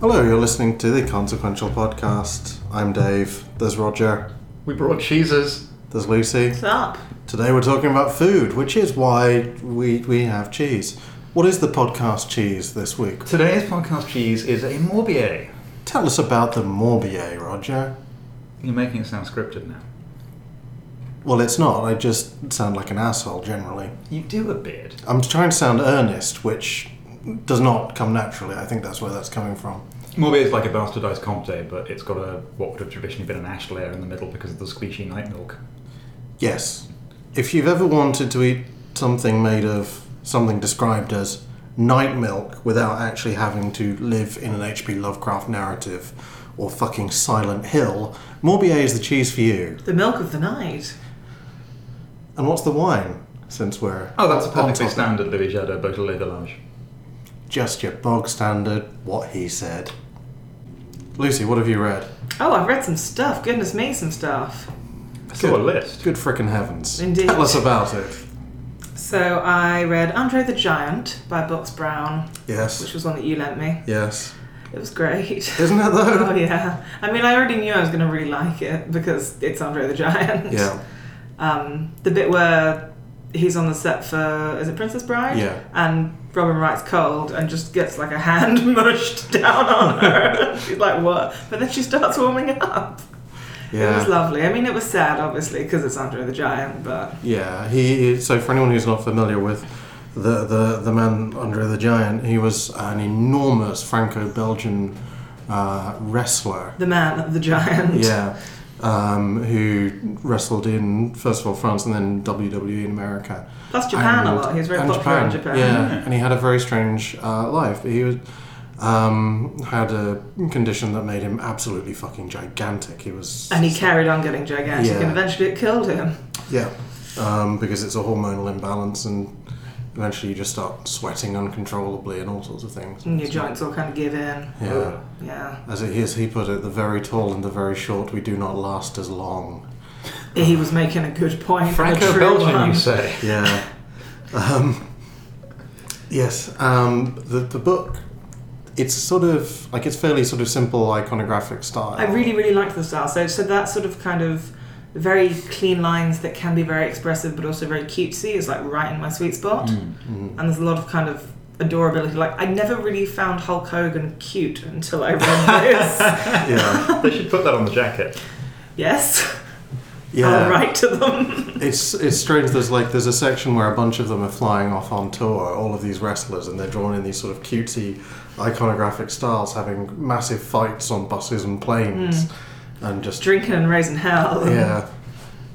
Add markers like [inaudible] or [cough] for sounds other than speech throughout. Hello, you're listening to the Consequential Podcast. I'm Dave. There's Roger. We brought cheeses. There's Lucy. What's up? Today we're talking about food, which is why we, we have cheese. What is the podcast cheese this week? Today's podcast cheese is a Morbier. Tell us about the Morbier, Roger. You're making it sound scripted now. Well, it's not. I just sound like an asshole generally. You do a bit. I'm trying to sound earnest, which does not come naturally. I think that's where that's coming from. Morbier is like a bastardized Comte, but it's got a what would have traditionally been an ash layer in the middle because of the squishy night milk. Yes. If you've ever wanted to eat something made of something described as night milk without actually having to live in an H.P. Lovecraft narrative or fucking Silent Hill, Morbier is the cheese for you. The milk of the night. And what's the wine? Since we're Oh, that's a on perfectly topic. standard Louis Jadot Beaujolais de Lange. just your bog standard what he said. Lucy, what have you read? Oh, I've read some stuff. Goodness me, some stuff. I saw a list. Good frickin' heavens! Indeed. Tell us about it. So I read Andre the Giant by Box Brown, Yes. which was one that you lent me. Yes. It was great. Isn't it though? [laughs] Oh yeah. I mean, I already knew I was going to really like it because it's Andre the Giant. Yeah. Um, the bit where he's on the set for is it Princess Bride? Yeah. And Robin Wright's cold and just gets like a hand [laughs] mushed down on her. [laughs] She's like, what? But then she starts warming up. It was Yeah. lovely. I mean, it was sad, obviously, because it's Andre the Giant, but Yeah, he. he- So for anyone who's not familiar with the the, the man Andre the Giant, he was an enormous Franco-Belgian uh, wrestler. the man of the giant. Yeah, um, who wrestled in first of all France and then WWE in America. Plus Japan a And- lot. He was very and popular in Japan. Yeah, and he had a very strange uh, life. He was. Um, had a condition that made him absolutely fucking gigantic. He was And he carried on getting gigantic, Yeah. and eventually it killed him. Yeah, um, because it's a hormonal imbalance, and eventually you just start sweating uncontrollably and all sorts of things. And your joints all kind of give in. Yeah, Yeah. as it, as he put it, the very tall and the very short we do not last as long. He was making a good point. a Franco true Belgian, one. you say? [laughs] Yeah. um, yes, um, the the book. It's sort of like it's fairly sort of simple iconographic style. I really, really liked the style. So, so that sort of kind of very clean lines that can be very expressive but also very cutesy is like right in my sweet spot. Mm-hmm. And there's a lot of kind of adorability. Like I never really found Hulk Hogan cute until I read this. [laughs] [laughs] yeah, they should put that on the jacket. yes, yeah. I'll write to them. It's it's strange. There's like there's a section where a bunch of them are flying off on tour. All of these wrestlers, and they're drawn in these sort of cutesy, iconographic styles, having massive fights on buses and planes, Hmm. and just Drinking and raising hell yeah.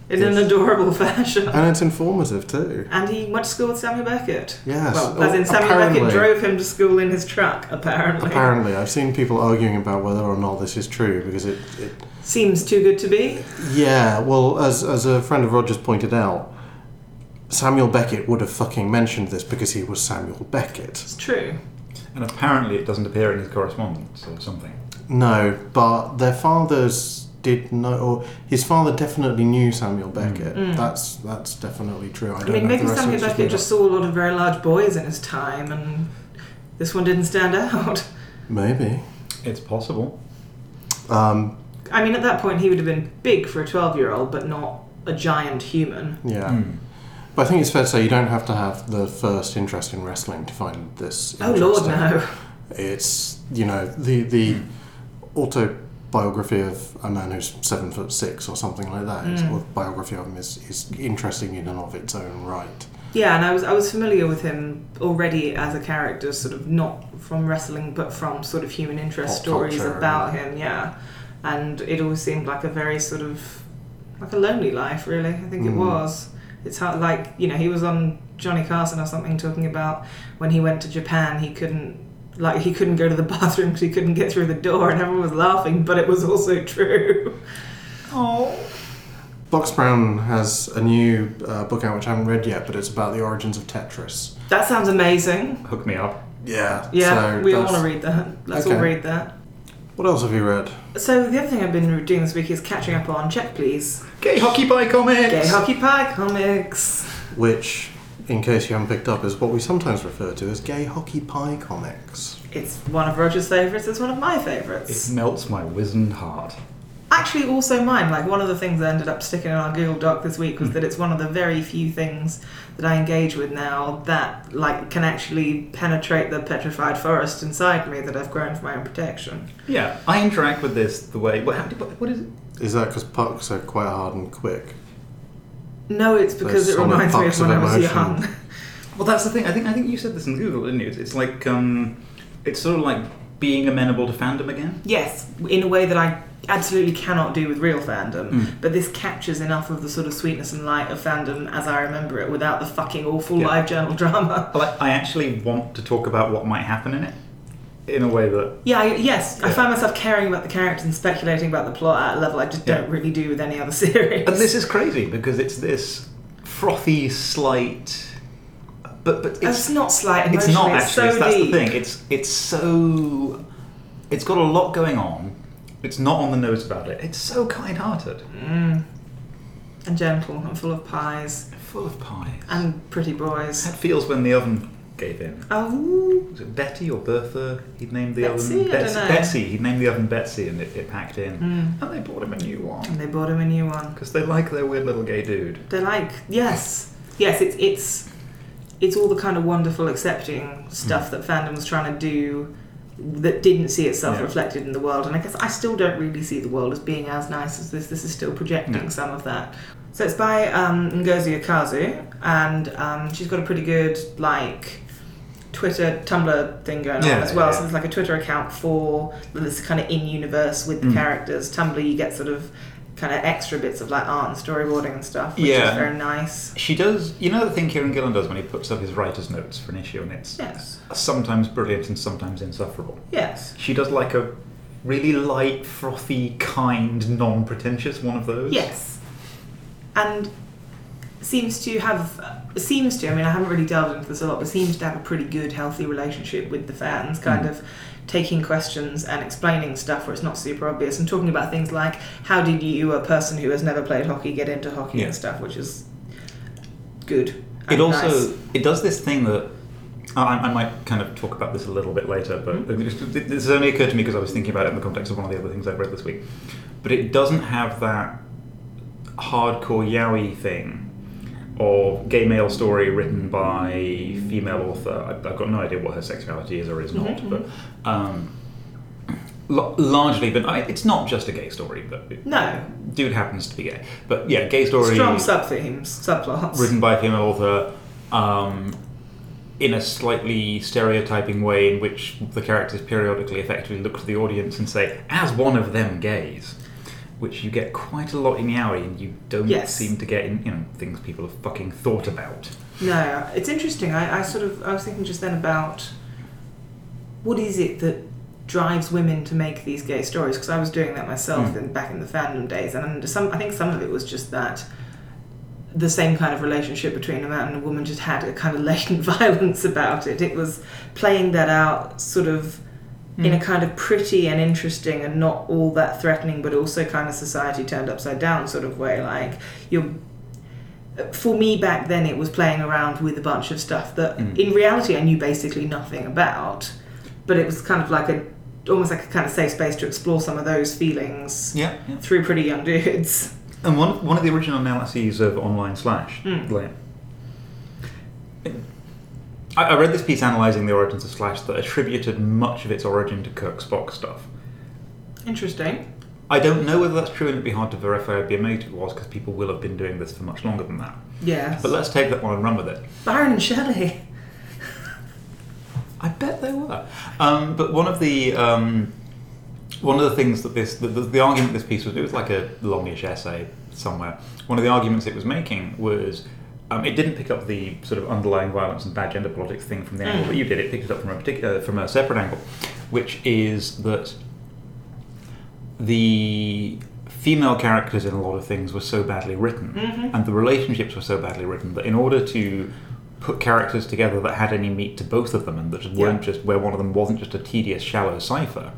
in an Yes. adorable fashion. And it's informative too. And he went to school with Samuel Beckett. Yes. Well, as in Oh, Samuel apparently. Beckett drove him to school in his truck, apparently. Apparently, I've seen people arguing about whether or not this is true because it, it Seems too good to be. Yeah, well, as as a friend of Rogers pointed out, Samuel Beckett would have fucking mentioned this because he was Samuel Beckett. It's true. And apparently it doesn't appear in his correspondence or something. No, but their fathers did know, or his father definitely knew Samuel Beckett. That's that's definitely true. I, Mm. I don't mean, know if maybe the rest of Samuel it's just Beckett made just saw a lot of very large boys in his time, and this one didn't stand [laughs] out. up. maybe. It's possible. Um, I mean, at that point, he would have been big for a 12 year old, but not a giant human. yeah, Hmm. but I think it's fair to say you don't have to have the first interest in wrestling to find this. Oh, Lord, interesting. no. It's you know the the autobiography of a man who's seven foot six or something like that. It's- Mm. Or the biography of him is is interesting in and of its own right. Yeah, and I was I was familiar with him already as a character, sort of not from wrestling, but from sort of human interest Pop stories culture. about him. Yeah, and it always seemed like a very sort of like a lonely life, really. I think it Mm. was. It's hard, like you know, he was on Johnny Carson or something talking about when he went to Japan, he couldn't. Like he couldn't go to the [laughs] bathroom because he couldn't get through the door, and everyone was laughing. But it was also [laughs] true. Oh. Box Brown has a new uh, book out which I haven't read yet, but it's about the origins of Tetris. That sounds amazing. Hook me up. Yeah. Yeah, so we all that's- want to read that. Let's all Okay. read that. What else have you read? So the other thing I've been doing this week is catching up on Check Please, Gay hockey by comics! Gay Hockey Pie comics. Which in case you haven't picked up, is what we sometimes refer to as gay hockey pie comics. It's one of Roger's favourites. It's one of my favourites. It melts my wizened heart. Actually, also mine. Like one of the things I ended up sticking in our Google Doc this week was Hmm. that it's one of the very few things that I engage with now that like can actually penetrate the petrified forest inside me that I've grown for my own protection. Yeah, I interact with this the way. What, how do- what what is it? Is that because pucks are quite hard and quick? No, it's because Those it reminds me solid of when I pucks was of young. emotion. Well, that's the thing. I think I think you said this in Google, didn't you? It's, it's like um, it's sort of like being amenable to fandom again. yes, in a way that I absolutely cannot do with real fandom. Mm. But this captures enough of the sort of sweetness and light of fandom as I remember it, without the fucking awful Yeah. live journal drama. Like I actually want to talk about what might happen in it, in a way that Yeah, I, yes, I Yeah. find myself caring about the characters and speculating about the plot at a level I just Yeah. don't really do with any other [laughs] series. And this is crazy because it's this frothy, slight, but but And it's it's not slight emotion. it's not actually. so it's- that's deep. the thing. It's it's so it's got a lot going on. It's not on the nose about it. It's so kind-hearted, Mm. And gentle and full of pies full of pies. and pretty boys. that feels when the oven gave in. Oh, Was it Betty or Bertha? He'd named the Betsy? oven I Betsy. dunno. Betsy. He'd named the oven Betsy, and it, it packed in. And they bought him a new one mm. and they bought him a new one. because they like their weird little gay dude. They're like, yes, yes. It's it's it's all the kind of wonderful, Hmm. accepting stuff that fandom was trying to do that didn't see itself Yeah. reflected in the world. And I guess I still don't really see the world as being as nice as this. This is still projecting No. some of that. So it's by um, Ngozi Okazu, and um, she's got a pretty good like. Twitter, Tumblr thing going Yeah, on as well. yeah, So yeah. there's like a Twitter account for this kind of in universe with the Hmm. characters. Tumblr, you get sort of kind of extra bits of like art and storyboarding and stuff, which Yeah. is very nice. She does. You know the thing Kieran Gillen does when he puts up his writer's notes for an issue, and it's Yes. sometimes brilliant and sometimes insufferable. Yes. She does like a really light, frothy, kind, non-pretentious one of those. Yes. And seems to have seems to I mean I haven't really delved into this a lot but seems to have a pretty good healthy relationship with the fans kind Mm. of taking questions and explaining stuff where it's not super obvious and talking about things like how did you a person who has never played hockey get into hockey Yeah. and stuff which is good It and also nice. it does this thing that I, I might kind of talk about this a little bit later, but Mm-hmm. this has only occurred to me because I was thinking about it in the context of one of the other things I've read this week. But it doesn't have that hardcore yaoi thing of gay male story written by female author. I, I've got no idea what her sexuality is or is not, Mhm, but um, l- largely, but I, it's not just a gay story. But No. dude happens to be gay. But yeah, gay story strong sub themes subplots written by a female author um, in a slightly stereotyping way in which the characters periodically effectively look to the audience and say, as one of them gays, which you get quite a lot in Yaoi and you don't Yes. seem to get in you know, things people have fucking thought about. No, it's interesting. I, I sort of I was thinking just then about what is it that drives women to make these gay stories because I was doing that myself Mm. in, back in the fandom days, and some I think some of it was just that the same kind of relationship between a man and a woman just had a kind of latent [laughs] violence about it. It was playing that out sort of in a kind of pretty and interesting and not all that threatening, but also kind of society turned upside down sort of way. Like you're for me back then it was playing around with a bunch of stuff that Mm. in reality I knew basically nothing about but it was kind of like a almost like a kind of safe space to explore some of those feelings Yeah. through pretty young dudes And one, one of the original analyses of Online Slash, Mm. like, I, I read this piece analysing the origins of Slash that attributed much of its origin to Kirk Spock stuff. interesting I don't know whether that's true, and it'd be hard to verify or be amazed if it was because people will have been doing this for much longer than that. yes But let's take that one and run with it. Byron and Shelley I bet they were. Um, but one of the um, one of the things that this the, the, the argument this piece was it was like a longish essay somewhere. One of the arguments it was making was um, it didn't pick up the sort of underlying violence and bad gender politics thing from the angle that you did. It picked it up from a particular from a separate angle, which is that the female characters in a lot of things were so badly written and the relationships were so badly written that in order to put characters together that had any meat to both of them and that just weren't just where one of them wasn't just a tedious shallow cipher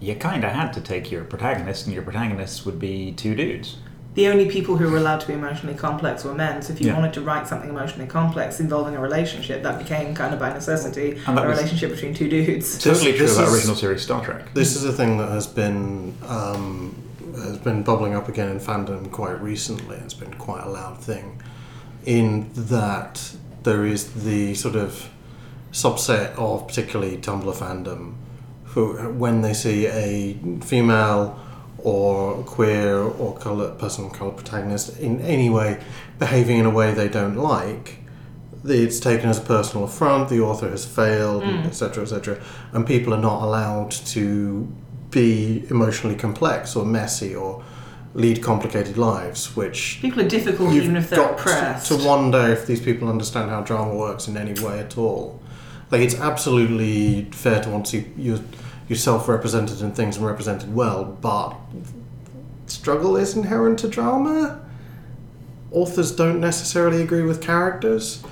you kind of had to take your protagonist and your protagonists would be two dudes the only people who were allowed to be emotionally complex were men. So if you Yeah. wanted to write something emotionally complex involving a relationship, that became kind of by necessity And that a was- relationship between two dudes. This- Totally true this about is- original series Star Trek. This is a thing that has been um, has been bubbling up again in fandom quite recently. It's been quite a loud thing, in that there is the sort of subset of particularly Tumblr fandom who, when they see a female or queer or color person of color protagonist in any way behaving in a way they don't like, it's taken as a personal affront. The author has failed, etc., etc., and people are not allowed to be emotionally complex or messy or lead complicated lives, which People are difficult You've even if they're got oppressed. to wonder if these people understand how drama works in any way at all. Like it's absolutely fair to want to see your, yourself represented in things and represented well, but struggle is inherent to drama. Authors don't necessarily agree with characters.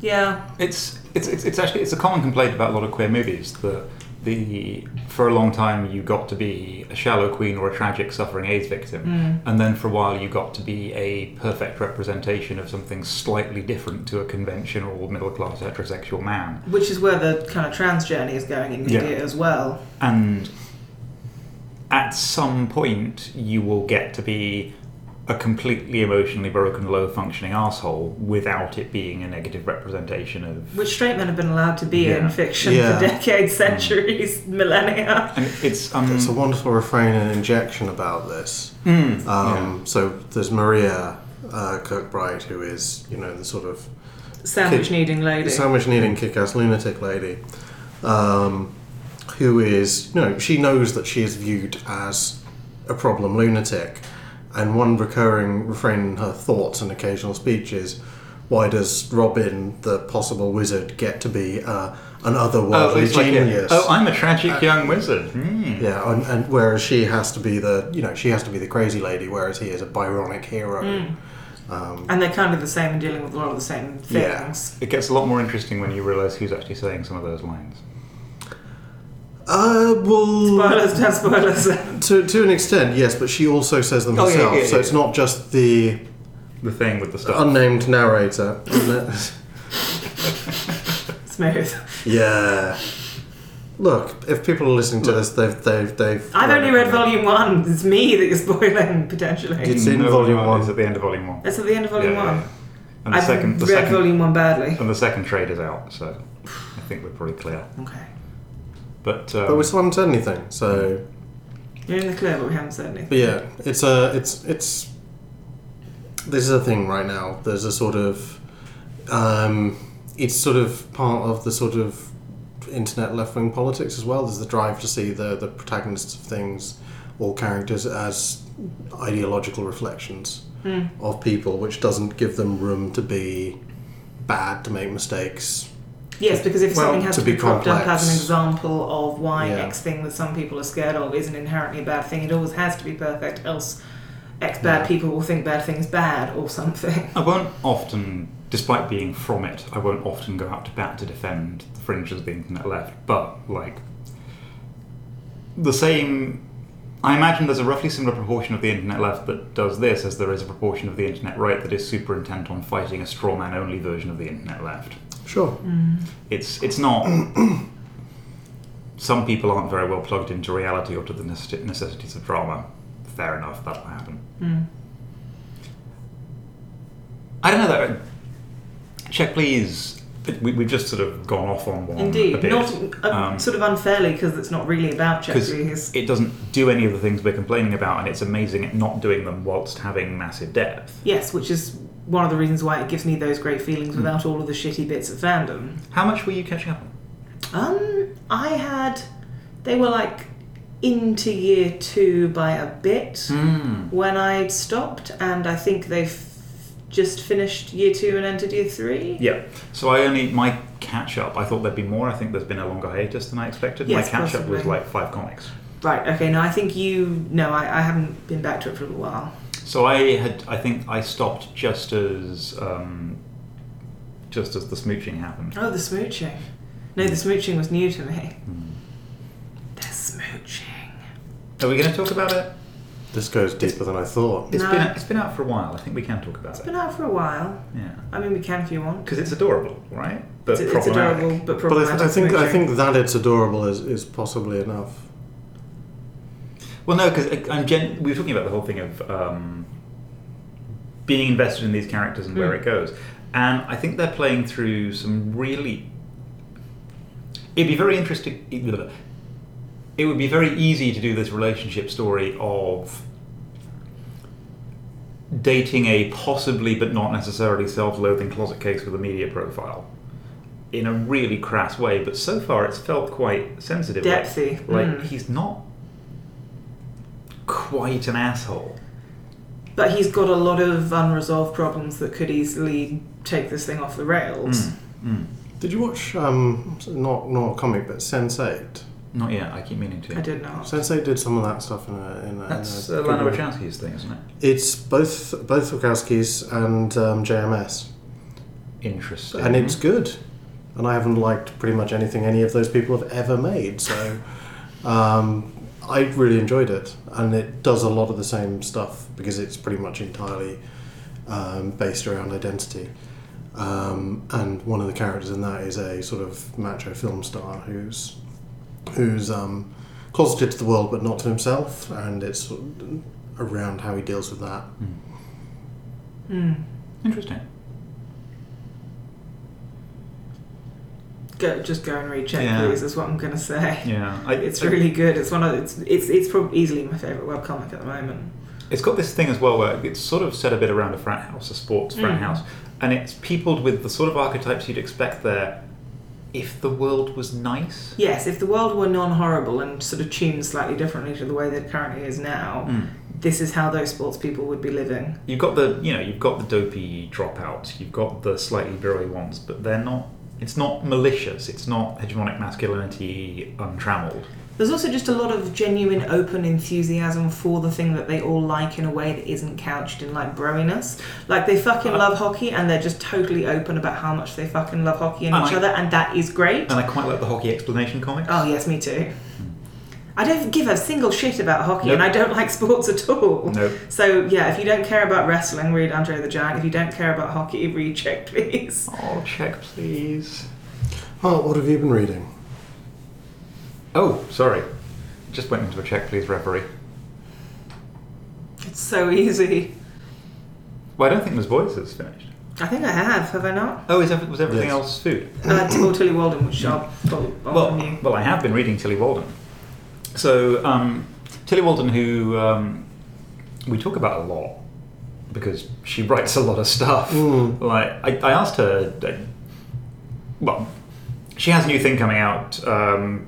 yeah, It's, it's it's it's actually it's a common complaint about a lot of queer movies that the for a long time you got to be a shallow queen or a tragic suffering AIDS victim, and then for a while you got to be a perfect representation of something slightly different to a conventional middle class heterosexual man. which is where the kind of trans journey is going in media Yeah. as well. And at some point, you will get to be a completely emotionally broken, low functioning asshole without it being a negative representation of. Which straight men have been allowed to be in Yeah. Mm. fiction Yeah. for decades, centuries, [laughs] millennia. And it's um. It's a wonderful refrain and injection about this. mm, Um, So there's Maria uh, Kirkbride, who is you know the sort of Sandwich Kid- needing lady. sandwich needing kick ass lunatic lady, um, who is, you know, she knows that she is viewed as a problem lunatic. And one recurring refrain in her thoughts and occasional speech is, why does Robin, the possible wizard, get to be uh, an Oh, otherworldly it's like a- genius? oh, I'm a tragic Uh, young wizard. Hmm. yeah, and, and whereas she has to be the, you know, she has to be the crazy lady, whereas he is a Byronic hero. Hmm. Um, And they're kind of the same and dealing with a lot of the same Yeah. things. It gets a lot more interesting when you realise who's actually saying some of those lines. uh, well, Spoilers, don't spoilers. [laughs] To, to an extent, yes, but she also says them Oh, yeah, herself. yeah, yeah, so it's yeah. not just the The thing with the stuff. unnamed narrator. Smooth. yeah. Look, if people are listening to this, they've they've they've. I've only read volume one. It's me that you're spoiling [laughs] potentially. It's in No, volume one. It's at the end of volume one. It's at the end of volume Yeah, yeah, one. yeah. And the I've second, the read second, volume one badly. and the second trade is out, so I think we're pretty clear. Okay. But, um, But we still haven't said anything. So, You're in the clear, but we haven't said anything. but yeah, it's a it's it's. This is a thing right now. There's a sort of, um, it's sort of part of the sort of internet left wing politics as well. There's the drive to see the the protagonists of things or characters as ideological reflections of people, which doesn't give them room to be bad, to make mistakes. Yes, because if Well, something has to to be, be propped up complex. as an example of why Yeah. X thing that some people are scared of is an inherently bad thing, it always has to be perfect, else X bad people will think bad things bad or something. I won't often, despite being from it, I won't often go out to bat to defend the fringes of the internet left. But like the same, I imagine there's a roughly similar proportion of the internet left that does this, as there is a proportion of the internet right that is super intent on fighting a straw man only version of the internet left. Sure. It's it's not. Some people aren't very well plugged into reality or to the necessi- necessities of drama. Fair enough, that'll happen. Hmm. I don't know though. Check please. We, we've just sort of gone off on one. a Indeed, bit. not uh, Um, sort of unfairly because it's not really about Jack 'Cause Rees. it doesn't do any of the things we're complaining about, and it's amazing at not doing them whilst having massive depth. Yes, which is one of the reasons why it gives me those great feelings without all of the shitty bits of fandom. How much were you catching up on? Um, I had. They were like into year two by a bit Hmm. when I stopped, and I think they've just finished year two and entered year three. Yeah. So I only my catch up. I thought there'd be more. I think there's been a longer hiatus than I expected. Yes, my catch up was possibly. like five comics. Right, okay, no, I think you. No, I, I haven't been back to it for a little while. So I had. I think I stopped just as um, just as the smooching happened. Oh, the smooching. No, the smooching was new Hmm. to me. The smooching. Are we going to talk about it? This goes deeper than I thought. It's No. been it's been out for a while. I think we can talk about It's it. been out for a while. Yeah, I mean, we can if you want. because it's adorable, right? But It's, it's problematic. adorable, but But I, problematic. th- I think I symmetry. think that it's adorable is, is possibly enough. Well, no, because I'm gen- we were talking about the whole thing of um, being invested in these characters and where Mm. it goes, and I think they're playing through some really. It'd be very interesting. It would be very easy to do this relationship story of dating a possibly but not necessarily self-loathing closet case with a media profile in a really crass way but so far it's felt quite sensitive like- Depthy, like, mm. he's not quite an asshole But he's got a lot of unresolved problems that could easily take this thing off the rails. Mm, mm. Did you watch um not not a comic but Sense Eight? not yet i keep meaning Hmm. to I did not. Sense Eight did some of that stuff in a in a. that's in a uh, lana wachowski's thing isn't it It's both both Wachowskis and um, JMS, interesting and it's good. And I haven't liked pretty much anything any of those people have ever made, so um, I really enjoyed it. And it does a lot of the same stuff because it's pretty much entirely um, based around identity. Um, and one of the characters in that is a sort of macho film star who's who's um, closeted to the world but not to himself, and it's sort of around how he deals with that. Mm. interesting Go, just go and read it, Yeah. please. Is what I'm gonna say. yeah I, It's I- really good. It's one of it's it's it's probably easily my favorite webcomic at the moment. It's got this thing as well where it's sort of set a bit around a frat house, a sports frat Mm. house, and it's peopled with the sort of archetypes you'd expect there if the world was nice. Yes, if the world were non-horrible and sort of tuned slightly differently to the way that it currently is now, Mm. this is how those sports people would be living. You've got the, you know, you've got the dopey dropouts, you've got the slightly burly ones, but they're not. It's not malicious. It's not hegemonic masculinity untrammeled. There's also just a lot of genuine, open enthusiasm for the thing that they all like in a way that isn't couched in like broiness. Like they fucking Uh, love hockey and they're just totally open about how much they fucking love hockey and And each I- Oh. other, and that is great. And I quite like the hockey explanation comics. oh yes, me Mm. too. I don't give a single shit about hockey, Nope. and I don't like sports at all. Nope. So yeah, if you don't care about wrestling, read Andre the Giant. If you don't care about hockey, [laughs] read Check Please. Oh, check please. Oh, what have you been reading? Oh, sorry. Just went into a check please reverie. It's so easy. Well, I don't think Ms. Boyce is finished. I think I have, have I not? Oh, is, ev- was everything Yes. else food? Uh, Tim Tilly Walden, which I'll borrow well, from you. well, I have been reading Tilly Walden. So, um, Tilly Walden, who um, we talk about a lot because she writes a lot of stuff. Mm. Like, I, I asked her, uh, well, she has a new thing coming out. Um,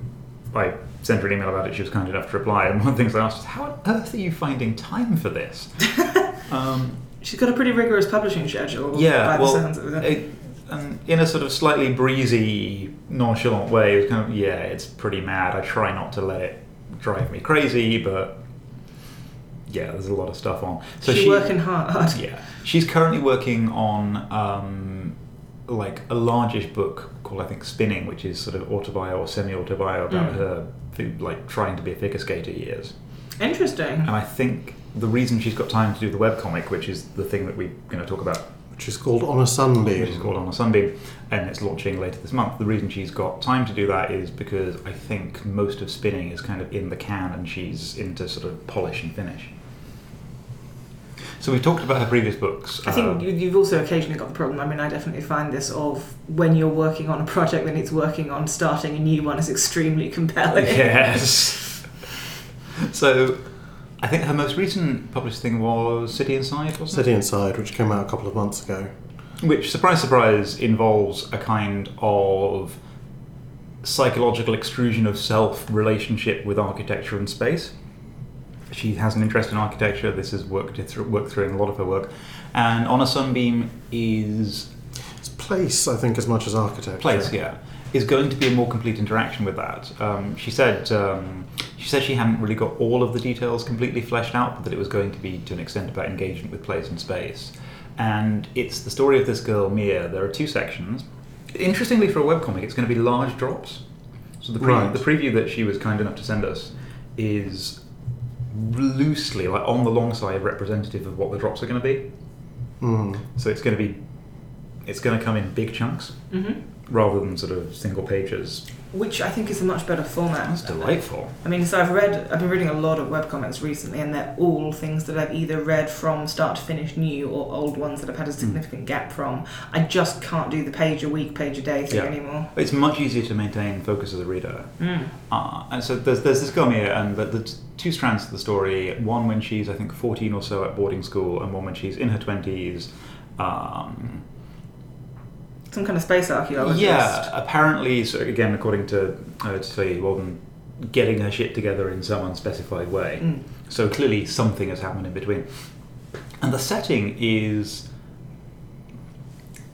I sent her an email about it. She was kind enough to reply. And one of the things I asked is, how on earth are you finding time for this? um, [laughs] She's got a pretty rigorous publishing schedule. yeah, by well, the sounds of it. it- and in a sort of slightly breezy, nonchalant way, it was kind of yeah, it's pretty mad. I try not to let it drive me crazy, but yeah, there's a lot of stuff on. So She's she, working hard. yeah, she's currently working on um, like a largish book called I think Spinning, which is sort of autobio or semi-autobio about Mm. her fi- like trying to be a figure skater years. Interesting. And I think the reason she's got time to do the webcomic, which is the thing that we're going to talk about Which is called On a Sunbeam. which is called On a Sunbeam, and it's launching later this month. The reason she's got time to do that is because I think most of spinning is kind of in the can, and she's into sort of polish and finish. So we've talked about her previous books. I think um, you, you've also occasionally got the problem. I mean, I definitely find this of when you're working on a project that it's working on, starting a new one is extremely compelling. yes. so I think her most recent published thing was City Inside, wasn't it? City Inside, which came out a couple of months ago. which surprise surprise involves a kind of psychological extrusion of self relationship with architecture and space she has an interest in architecture this is worked it through, worked through in a lot of her work and on a sunbeam is It's place, I think, as much as architecture. place yeah is going to be a more complete interaction with that um, she said um, she said she hadn't really got all of the details completely fleshed out but that it was going to be to an extent about engagement with place and space and it's the story of this girl mia there are two sections interestingly for a webcomic it's going to be large drops so the, pre- Right. the preview that she was kind enough to send us is loosely, like on the long side, representative of what the drops are going to be. Mm. So it's going to be, it's going to come in big chunks hmm rather than sort of single pages. Which I think is a much better format. That's delightful. I mean, so I've read, I've been reading a lot of webcomics recently, and they're all things that I've either read from start to finish, new or old ones that I've Hmm. had a significant gap from. I just can't do the page a week, page a day thing Yeah. anymore. It's much easier to maintain focus as a reader. Mm. Uh, and so there's, there's this girl Mia, and the, the t- two strands to the story one when she's, I think, 14 or so at boarding school, and one when she's in her 20s. Um, Some kind of space archaeologist. yeah, apparently, so again, according to, uh, to Sadie Walden, getting her shit together in some unspecified way. Mm. So clearly, something has happened in between. And the setting is.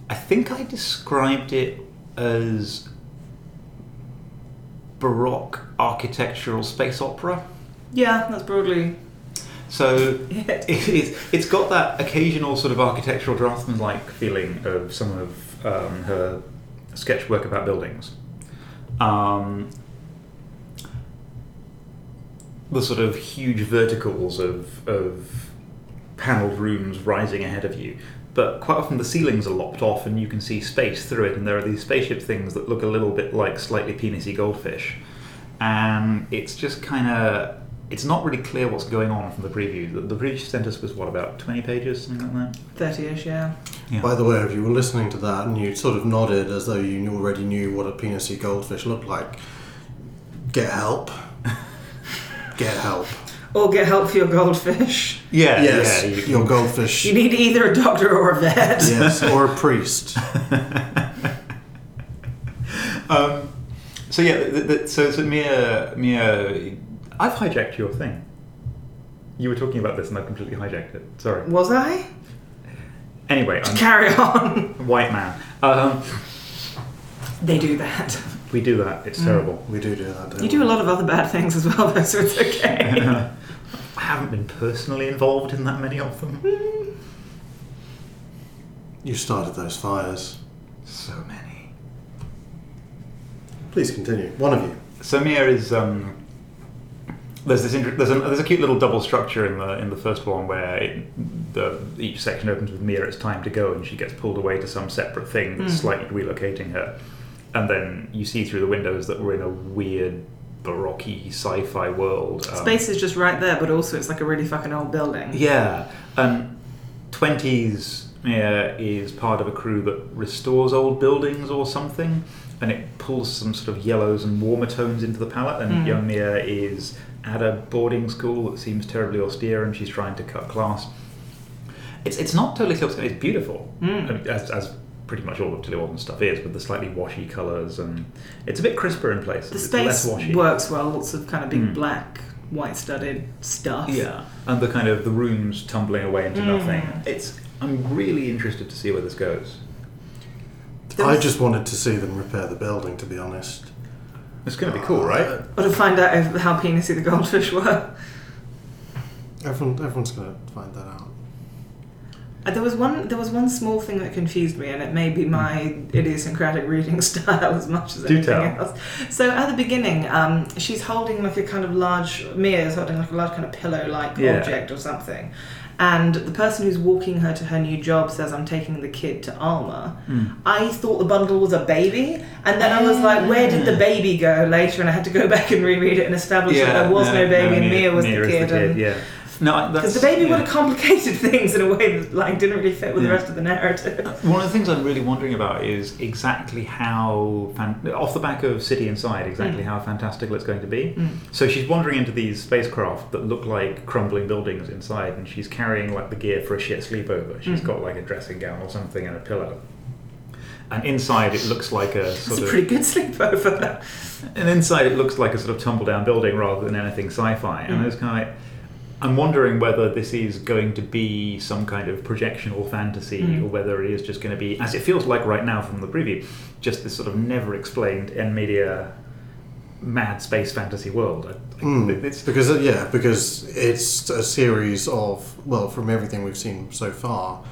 I think I described it as Baroque architectural space opera. Yeah, that's broadly So it. it, it's, it's got that occasional sort of architectural draftsman-like feeling of some of um, her sketchwork about buildings. Um, the sort of huge verticals of, of panelled rooms rising ahead of you. But quite often the ceilings are lopped off and you can see space through it, and there are these spaceship things that look a little bit like slightly penisy goldfish. And it's just kind of. It's not really clear what's going on from the preview. The, the preview sent us was, what, about 20 pages, something like that? 30 ish, yeah. Yeah. By the way, if you were listening to that and you sort of nodded as though you already knew what a penisy goldfish looked like, get [laughs] help. get help. Or get help for [laughs] your goldfish. yeah, yes, yeah, you can- your goldfish. You need either a doctor or a vet. yes, [laughs] or a priest. um, so yeah, th th so so Mia, Mia, I've hijacked your thing. You were talking about this, and I've completely hijacked it. Sorry. Was I? Anyway, To I'm carry on. [laughs] a white man. Um, They do that. we do that. It's terrible. We do do that. Don't You do a lot of other bad things as well, though, so [laughs] it's okay. I haven't been personally involved in that many of them. You started those fires. So many. Please continue. One of you. So Mia is um, there's this inter- there's, an, there's a cute little double structure in the in the first one where it, the each section opens with Mia it's time to go and she gets pulled away to some separate thing that's Mm. slightly relocating her, and then you see through the windows that we're in a weird baroque sci-fi world. um, Space is just right there, but also it's like a really fucking old building. Yeah, um, 20s Mia is part of a crew that restores old buildings or something, and it pulls some sort of yellows and warmer tones into the palette. And Mm. young Mia is at a boarding school that seems terribly austere, and she's trying to cut class. It's it's not totally clear. what's going- It's beautiful, Mm. I mean, as, as pretty much all of Tilly Walden stuff is, with the slightly washy colours, and it's a bit crisper in places. The it's space less washy. works well, lots of kind of big Mm. black, white studded stuff. Yeah, and the kind of the rooms tumbling away into Mm. nothing. It's I'm really interested to see where this goes. There I was- just wanted to see them repair the building, to be honest. It's going to be Uh, cool, right? Or to find out if, how penisy the goldfish were. Everyone, everyone's going to find that out. Uh, There was one. There was one small thing that confused me, and it may be my idiosyncratic reading [laughs] style as much as Mm. Do anything tell. else. So at the beginning, um, she's holding like a kind of large. Mia is holding like a large kind of pillow-like Yeah. object or something, and the person who's walking her to her new job says, "I'm taking the kid to Alma." Mm. I thought the bundle was a baby, and then I was like, "Where did the Mm. baby go?" Later, and I had to go [laughs] back and reread it and establish that there was no, baby, and Mia was the is kid. and- yeah. No, I- that's because the baby yeah. would have complicated [laughs] things in a way that like didn't really fit with Yeah. the rest of the narrative. [laughs] One of the things I'm really wondering about is exactly how, fan- off the back of City Inside, exactly Mm. how fantastical it's going to be. Mm. So she's wandering into these spacecraft that look like crumbling buildings inside, and she's carrying like the gear for a shit sleepover. She's Mm. got like a dressing gown or something and a pillow. And inside, it Mm. looks like a That's sort a of pretty good sleepover. And inside it looks like a sort of tumble down building rather than anything sci fi. And Mm. I was kind of like, I'm wondering whether this is going to be some kind of projectional fantasy Mm. or whether it is just going to be, as it feels like right now from the preview, just this sort of never explained N media mad space fantasy world. I- I- Mm, It's, because uh, yeah, because it's a series of well, from everything we've seen so far,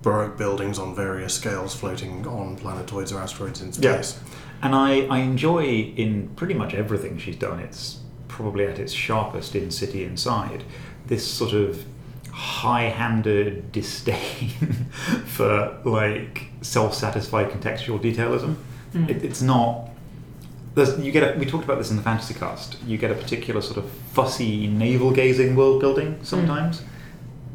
baroque buildings on various scales floating on planetoids or asteroids in Yeah. space. and I, I enjoy in pretty much everything she's done. It's probably at its sharpest in City Inside. This sort of high-handed [laughs] disdain for like self-satisfied contextual detailism. Mm. It, it's not. There's, you get. A, we talked about this in the fantasy cast. You get a particular sort of fussy navel-gazing world building sometimes.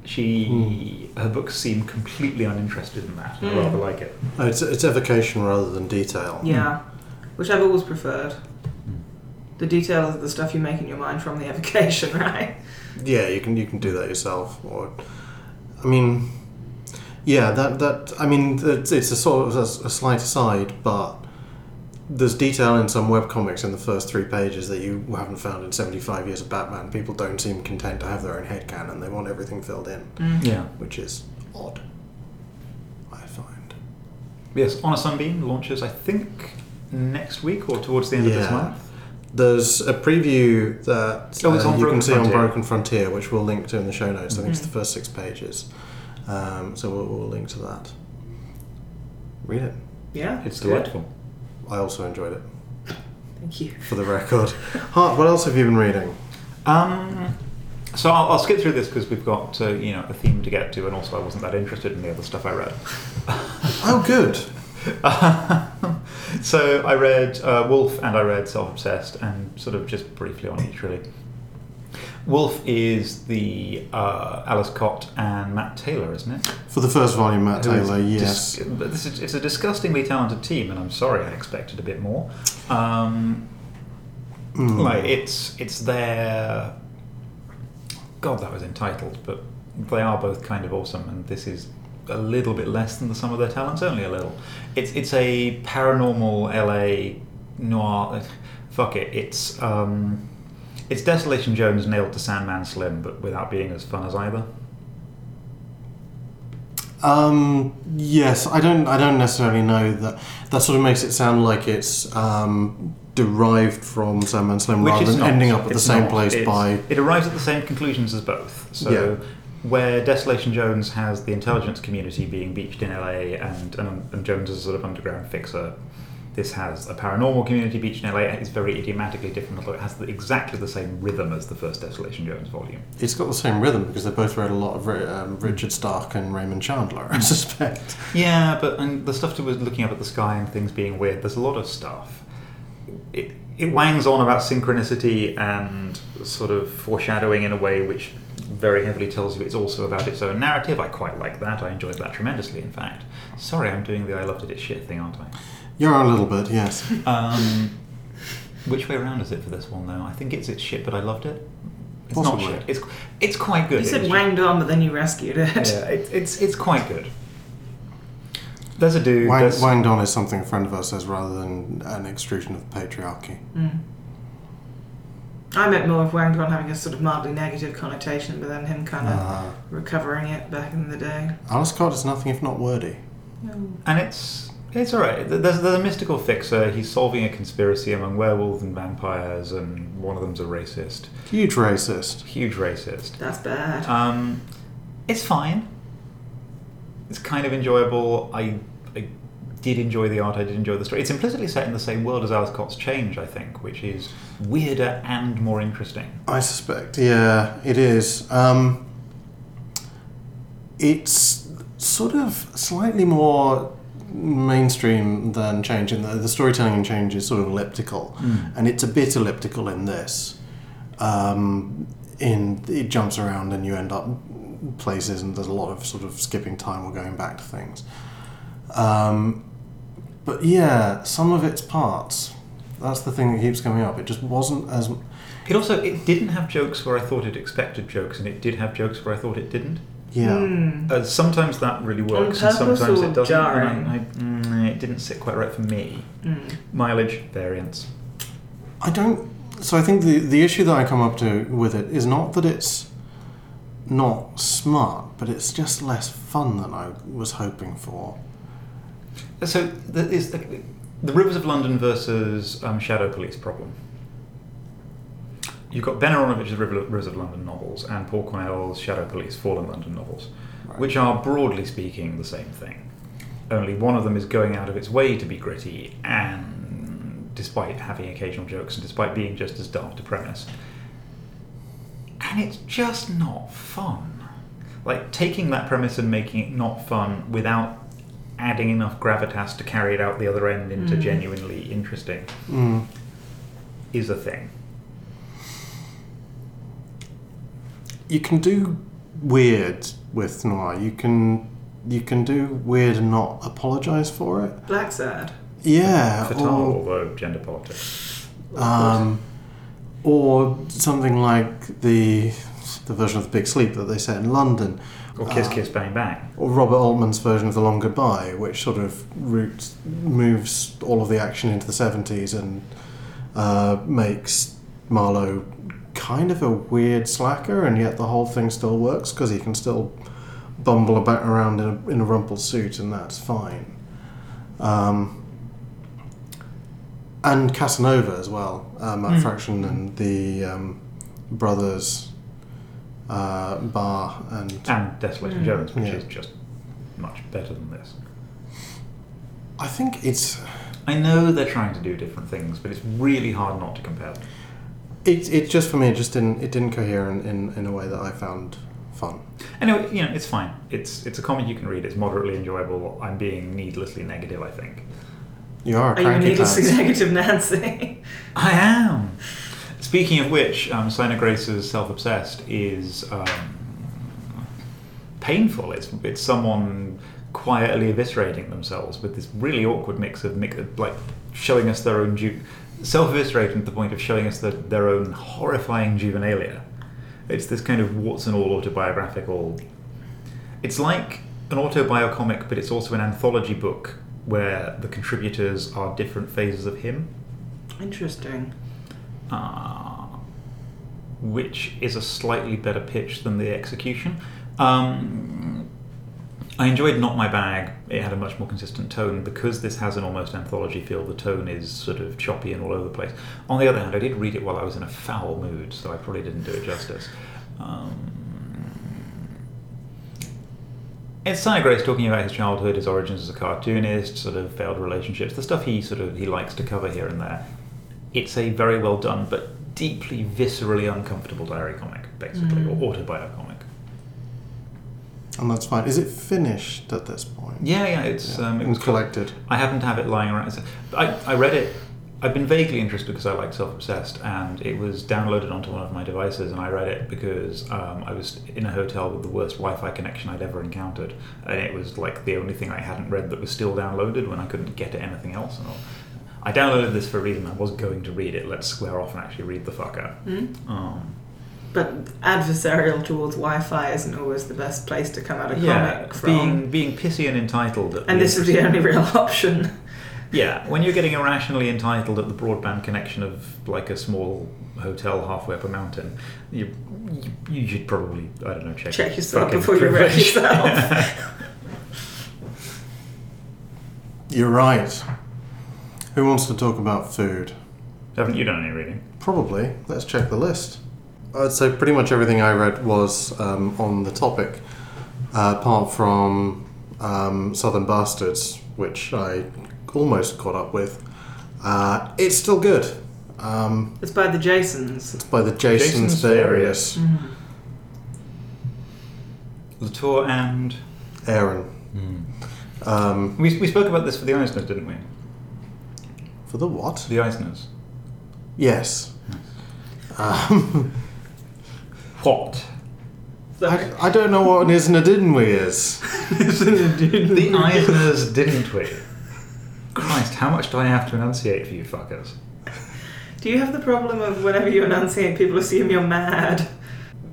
She, her books seem completely uninterested in that. I Mm. rather like it. Oh, it's, it's evocation rather than detail. Yeah, which I've always preferred. Mm. The detail is the stuff you make in your mind from the evocation, [laughs] right? Yeah, you can you can do that yourself. Or, I mean, yeah, that that I mean, it's, it's a sort of a, s- a slight aside, but there's detail in some web comics in the first three pages that you haven't found in 75 years of Batman. People don't seem content to have their own headcanon; they want everything filled in, Yeah. which is odd. I find. Yes, On a Sunbeam launches, I think, next week or towards the end of this Yeah. month. There's a preview that Oh, it's uh, on you Broken can see on Frontier. Broken Frontier, which we'll link to in the show notes. I think it's the first six pages. Um, so we'll, we'll link to that. Read it. Yeah. It's good. delightful. I also enjoyed it, Thank you. for the record. Hart, what else have you been reading? Um, so I'll, I'll skip through this because we've got uh, you know a theme to get to, and also I wasn't that interested in the other stuff I Oh, good. read. [laughs] so I read uh, Wolf and I read Self Obsessed, and sort of just briefly on each really. Wolf is the uh, Alice Cott and Matt Taylor, isn't it? For the first volume, Matt Who is Taylor, yes. dis- but this is, it's a disgustingly talented team, and I'm sorry I expected a bit more. Um, Mm. Like it's it's their God that was entitled, but they are both kind of awesome, and this is a little bit less than the sum of their talents, only a little. It's it's a paranormal LA noir. [laughs] Fuck it, it's um, it's Desolation Jones nailed to Sandman Slim, but without being as fun as either. Um, yes, I don't. I don't necessarily know that. That sort of makes it sound like it's um, derived from Sandman Slim, Which rather is than not. ending up at the It's same not. place It's- by. It arrives at the same conclusions as both. So, Yeah. where Desolation Jones has the intelligence community being beached in LA, and and, and Jones is a sort of underground fixer. This has a paranormal community beached in LA. It's very idiomatically different, although it has the, exactly the same rhythm as the first Desolation Jones volume. It's got the same rhythm because they both read a lot of Ri- um, Richard Stark and Raymond Chandler, I suspect. Yeah, but and the stuff that was looking up at the sky and things being weird. There's a lot of stuff. It it wangs on about synchronicity and sort of foreshadowing in a way which very heavily tells you it's also about its own narrative. I quite like that. I enjoyed that tremendously. In fact, sorry, I'm doing the I loved it it's shit thing, aren't I? You're on a little bit, yes. Um, which way around is it for this one though? I think it's it's shit, but I loved it. It's Possibly. not shit. It's it's quite good. You It said is shit wanged on, but then you rescued it. yeah, it, it's it's quite good. There's a dude. Wang, that's- Wang Don is something a friend of ours says rather than an extrusion of patriarchy. Mm. I meant more of wanged on having a sort of mildly negative connotation, but then him kind of Uh, recovering it back in the day. Alice Card is nothing if not wordy. No. and it's it's all right. Th- There's there's a mystical fixer. He's solving a conspiracy among werewolves and vampires, and one of them's a racist, Huge racist. huge racist. That's bad. Um, it's fine. It's kind of enjoyable. I I did enjoy the art. I did enjoy the story. It's implicitly set in the same world as Alice Cott's Change, I think, which is weirder and more interesting. I suspect, yeah, it is. Um, it's sort of slightly more mainstream than Change, in the, the storytelling in Change is sort of elliptical, and it's a bit elliptical in this. Um, in it jumps around and you end up places, and there's a lot of sort of skipping time or going back to things. Um, but yeah, some of its parts. That's the thing that keeps coming up. It just wasn't as It also it didn't have jokes where I thought it expected jokes, and it did have jokes where I thought it didn't. yeah. Hmm. Uh, sometimes that really works, On and purpose sometimes or it doesn't. jarring? And I, I, mm, it didn't sit quite right for me. Hmm. Mileage variance. I don't. So I think the the issue that I come up to with it is not that it's not smart, but it's just less fun than I was hoping for. So the, is the, the Rivers of London versus um, Shadow Police problem. You've got Ben Aronovich's River- Rivers of London novels and Paul Cornell's Shadow Police Fallen London novels, Right. which are broadly speaking the same thing. Only one of them is going out of its way to be gritty, and despite having occasional jokes and despite being just as daft a premise, and it's just not fun. Like taking that premise and making it not fun without adding enough gravitas to carry it out the other end into genuinely interesting Mm. is a thing. You can do weird with noir. You can you can do weird and not apologize for it. Black sad. Yeah, Fatal, or- although gender politics. um, or something like the the version of the Big Sleep that they set in London, Or Kiss Uh, Kiss Bang Bang. or Robert Altman's version of the Long Goodbye, which sort of roots moves all of the action into the seventies and uh, makes Marlowe kind of a weird slacker, and yet the whole thing still works because he can still bumble about around in a, in a rumpled suit, and that's fine. Um, and Casanova as well, uh, Matt Mm. Fraction and the um, brothers uh, Bar and And Desolation Mm. Jones, which Yeah. is just much better than this. I think it's I know they're trying to do different things, but it's really hard not to compare. them. It, it just for me it just didn't it didn't cohere in, in, in a way that I found fun. Anyway, you know, it's fine. It's it's a comic you can read. It's moderately enjoyable. I'm being needlessly negative, I think. You are a Are you a cranky needlessly pants. negative Nancy? I am. Speaking of which, um, Santa Grace's Self Obsessed is um, painful. It's, it's someone quietly eviscerating themselves with this really awkward mix of mix, like showing us their own ju- self eviscerating to the point of showing us their, their own horrifying juvenilia. It's this kind of warts and all autobiographical. It's like an autobiocomic, but it's also an anthology book where the contributors are different phases of him Interesting. uh, which is a slightly better pitch than the execution. Um, I enjoyed Not My Bag. It had a much more consistent tone. Because this has an almost anthology feel, the tone is sort of choppy and all over the place. On the other hand, I did read it while I was in a foul mood, so I probably didn't do it justice. Um, it's Santa Grace talking about his childhood, his origins as a cartoonist, sort of failed relationships, the stuff he sort of he likes to cover here and there. It's a very well done but deeply viscerally uncomfortable diary comic, basically, Mm. or autobiocomic. and that's fine. Is it finished at this point? Yeah, yeah, it's um, it and was collected. I happen to have it lying around. It's- I, I read it. I've been vaguely interested because I like Self Obsessed, and it was downloaded onto one of my devices, and I read it because um, I was in a hotel with the worst Wi-Fi connection I'd ever encountered, and it was like the only thing I hadn't read that was still downloaded when I couldn't get at anything else. And all. I downloaded this for a reason. I was going to read it. Let's square off and actually read the fuck out. Hmm? Um, But adversarial towards Wi-Fi isn't always the best place to come out of yeah, comic from. being being pissy and entitled. at and this is the only real [laughs] option. Yeah, when you're getting irrationally entitled at the broadband connection of like a small hotel halfway up a mountain, you you, you should probably I don't know check Check your yourself fucking before you wreck privilege. yourself. You're right. Who wants to talk about food? [laughs] Haven't you done any reading? Probably. Let's check the list. Uh, so pretty much everything I read was um, on the topic, uh, apart from um, Southern Bastards, which I almost caught up with. Uh, it's still good. Um, It's by the Jasons. by the Jason's, Jason's Various. Various. Latour and Aaron. Um, we, we spoke about this for the Eisners, didn't we? for the what? The Eisners. Yes. Um, What? I, I don't know what an isn't a didn't we is. the Eisners, didn't we? Christ, how much do I have to enunciate for you fuckers? Do you have the problem of whenever you enunciate, people assume you're mad?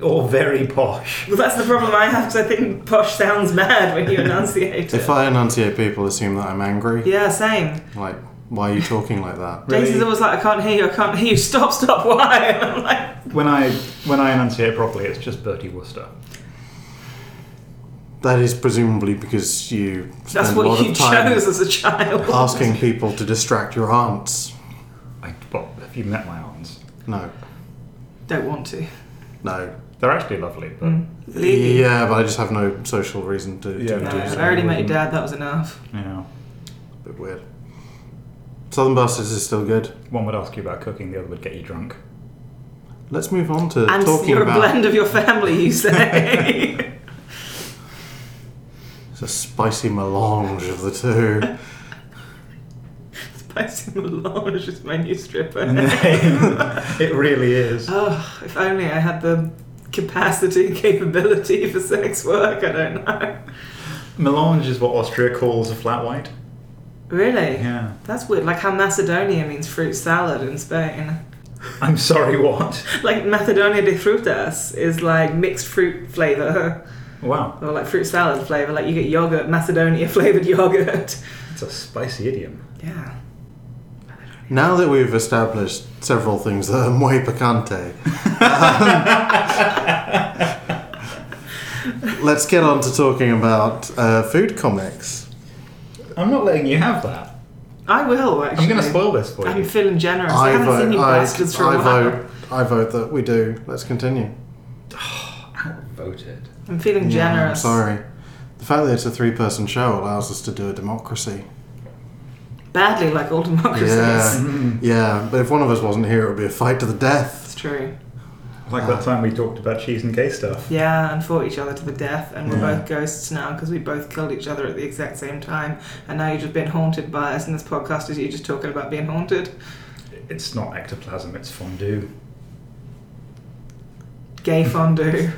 Or very posh. Well, that's the problem I have because I think posh sounds mad when you enunciate it. If I enunciate, people assume that I'm angry. yeah, same. Like, why are you talking like that? Really? Jason's always like, I can't hear you, I can't hear you. [laughs] Stop, stop, why? And I'm like, When I when I enunciate properly, it's just Bertie Wooster. That is presumably because you spend that's a lot what you of time chose as a child. asking people to distract your aunts. I, well, have you met my aunts? No, Don't want to. no. They're actually lovely, but Mm. Leave. Yeah, but I just have no social reason to, to Yeah, do No, so. I already met your dad, that was enough. you know, bit weird. Southern Bastards is still good. one would ask you about cooking, the other would get you drunk. let's move on to and talking you're about. a blend [laughs] of your family, you say. [laughs] It's a spicy melange of the two. Spicy Melange is my new stripper. [laughs] it really is. oh, if only I had the capacity, capability for sex work. I don't know. Melange is what Austria calls a flat white. Really? Yeah. That's weird. Like how Macedonia means fruit salad in Spain. [laughs] I'm sorry, what? Like Macedonia de frutas is like mixed fruit flavor Wow, or like fruit salad flavor. Like you get yogurt, Macedonia [laughs] flavored yogurt. it's a spicy idiom. Yeah. Now that we've established several things that are muy picante, um, let's get on to talking about uh, food comics. I'm not letting you have that. I will actually. I'm going to spoil this for I'm you. feeling generous. I, haven't seen you bastards for a I while. vote. I vote that we do. Let's continue. [sighs] Outvoted. I'm feeling Yeah, I'm generous. sorry. The fact that it's a three-person show allows us to do a democracy. Badly, like all democracies. Yeah, yeah. But if one of us wasn't here, it would be a fight to the death. It's true. Like that time we talked about cheese and gay stuff. Yeah, and fought each other to the death, and we're Yeah. both ghosts now because we both killed each other at the exact same time. And now you've just been haunted by us, and this podcast is you just talking about being haunted. It's not ectoplasm, it's fondue. Gay fondue.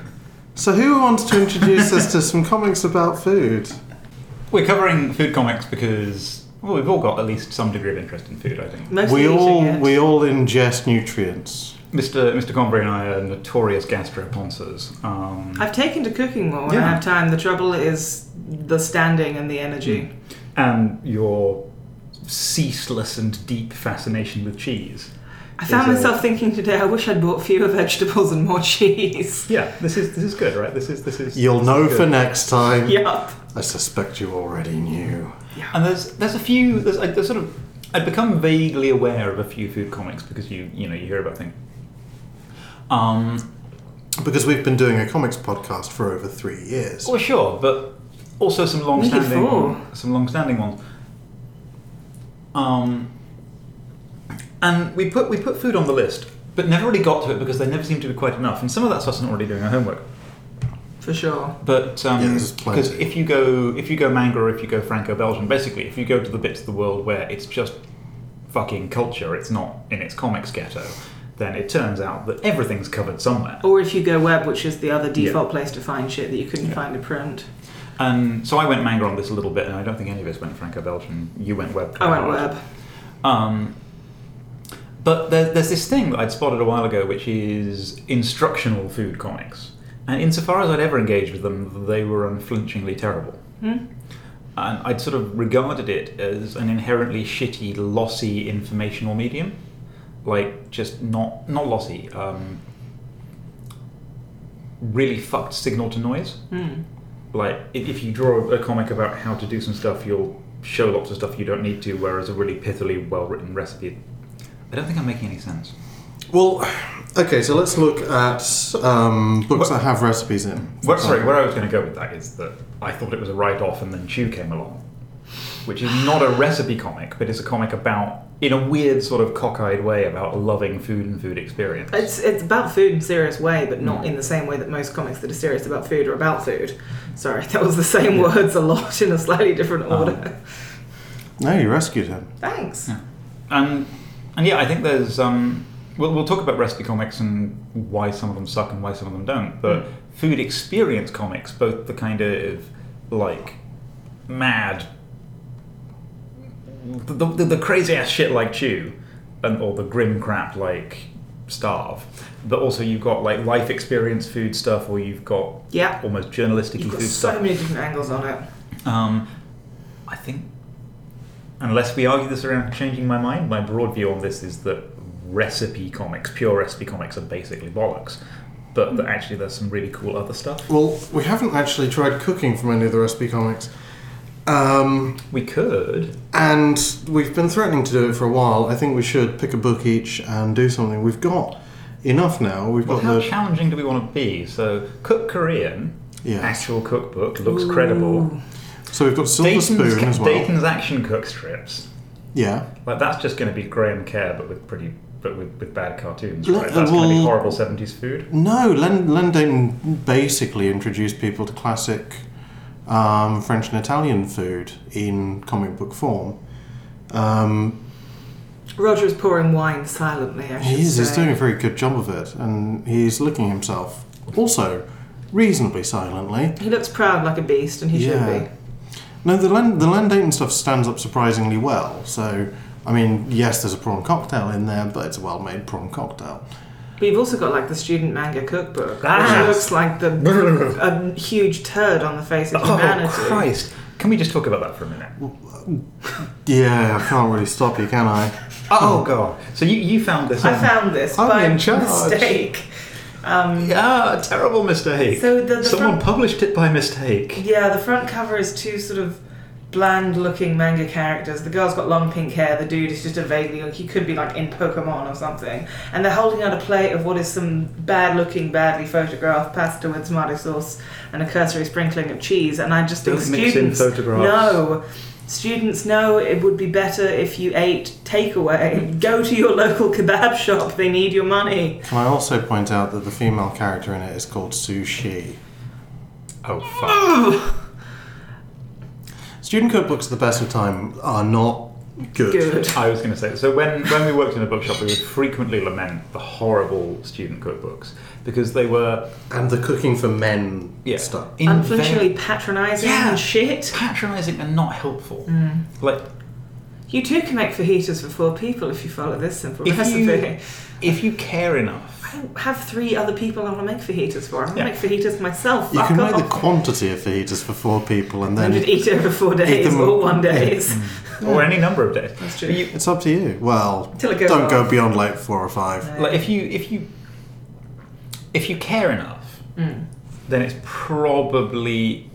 So, who wants to introduce us to some comics about food? We're covering food comics because well, we've all got at least some degree of interest in food, I think. Mostly We eating all it. we all ingest nutrients. Mr. Mr. Convery and I are notorious gastroponsors. Um, I've taken to cooking more when I Yeah. have time. The trouble is the standing and the energy. and your ceaseless and deep fascination with cheese. I found Is it- myself thinking today, I wish I'd bought fewer [laughs] vegetables and more cheese. Yeah, this is this is good, right? This is this is. You'll this know is good. for next time. yup. I suspect you already knew. And there's there's a few there's, I, there's sort of I'd become vaguely aware of a few food comics because you you know you hear about things. Um, Because we've been doing a comics podcast for over three years. well, sure, but also some four. long-standing some long-standing ones. Um, and we put we put food on the list, but never really got to it because there never seemed to be quite enough. And some of that's us not really doing our homework. For sure. But um, Yeah, there's plenty. because if you go if you go manga or if you go Franco-Belgian, basically if you go to the bits of the world where it's just fucking culture, it's not in its comics ghetto, then it turns out that everything's covered somewhere. Or if you go web, which is the other Yeah. default place to find shit that you couldn't Yeah. find in print. And Um, so I went manga on this a little bit, and I don't think any of us went Franco-Belgian. You went web. I went web. Um, but there, there's this thing that I'd spotted a while ago, which is instructional food comics. And insofar as I'd ever engaged with them, they were unflinchingly terrible. Hmm? And I'd sort of regarded it as an inherently shitty, lossy informational medium. Like, just not, not lossy, um, really fucked signal to noise Mm. like if, if you draw a comic about how to do some stuff you'll show lots of stuff you don't need to whereas a really pithily well written recipe i don't think i'm making any sense Well, okay, so let's look at um, books What- that have recipes in. Well, sorry where i was going to go with that is that i thought it was a write-off and then chew came along which is not a recipe comic but it's a comic about in a weird sort of cockeyed way about loving food and food experience It's it's about food in a serious way, but not in the same way that most comics that are serious about food are about food. Sorry, [laughs] that was the same words a lot in a slightly different order. No, you rescued him. Thanks. Yeah. And and yeah, I think there's um, we'll we'll talk about recipe comics and why some of them suck and why some of them don't. Hmm. But food experience comics, both the kind of like mad, the the, the crazy ass shit like Chew, and or the grim crap like starve but also you've got like life experience food stuff or you've got Yeah. almost journalistic You've food got stuff so many different angles on it. um, I think, unless we argue this around changing my mind, my broad view on this is that recipe comics, pure recipe comics, are basically bollocks. But that actually, there's some really cool other stuff. Well, we haven't actually tried cooking from any of the recipe comics. Um, We could. and we've been threatening to do it for a while. I think we should pick a book each and do something. We've got enough now. We've Well, got how the. challenging do we want to be? So, Cook Korean, Yes. actual cookbook, looks credible. So we've got Silver Dayton's, Spoon as well. Dayton's action cook strips. Yeah. Like, that's just going to be Graham Kerr, but with pretty but with, with bad cartoons. Yeah, Right? That's going to be well- horrible seventies food. No, Len, Len Dayton basically introduced people to classic um, French and Italian food in comic book form. Um, Roger is pouring wine silently. I should he is he's say. doing a very good job of it, and he's licking himself also reasonably silently. He looks proud like a beast, and he Yeah. should be. No, the Len, the Len Dayton stuff stands up surprisingly well. So, I mean, yes, there's a prawn cocktail in there, but it's a well-made prawn cocktail. But you've also got like the student manga cookbook, Ah. which looks [laughs] like the a huge turd on the face of humanity. Oh Christ! Can we just talk about that for a minute? Yeah, I can't really stop you, can I? Oh God! So you, you found this? I on- found this I'm by [laughs] in charge. mistake. Um, Yeah, a terrible mistake. So the- the someone front- published it by mistake. yeah, the front cover is two sort of bland-looking manga characters. The girl's got long pink hair. The dude is just a vaguely like he could be like in Pokemon or something. And they're holding out a plate of what is some bad-looking, badly photographed pasta with tomato sauce and a cursory sprinkling of cheese. And I just think Don't mix in students photographs. no. Students know it would be better if you ate takeaway. Go to your local kebab shop. They need your money. Can I also point out that the female character in it is called Sushi? Oh fuck! Student cookbooks at the best of time are not good. Good. I was going to say. So when when we worked in a bookshop, we would frequently lament the horrible student cookbooks because they were And the cooking for men yeah, stuff. unfortunately patronising Yeah. and shit. patronising and not helpful. Mm. Like You too can make fajitas for four people if you follow this simple if recipe. you if you care enough, I have three other people I want to make fajitas for. I want Yeah. to make fajitas myself. You fuck can off. make the quantity of fajitas for four people and and just then eat it over four days them or all. Mm. one days. or any number of days. That's true. But you- it's up to you. Well, Till it goes don't go off. beyond like four or five. No. like if you if you if you care enough Mm. then it's probably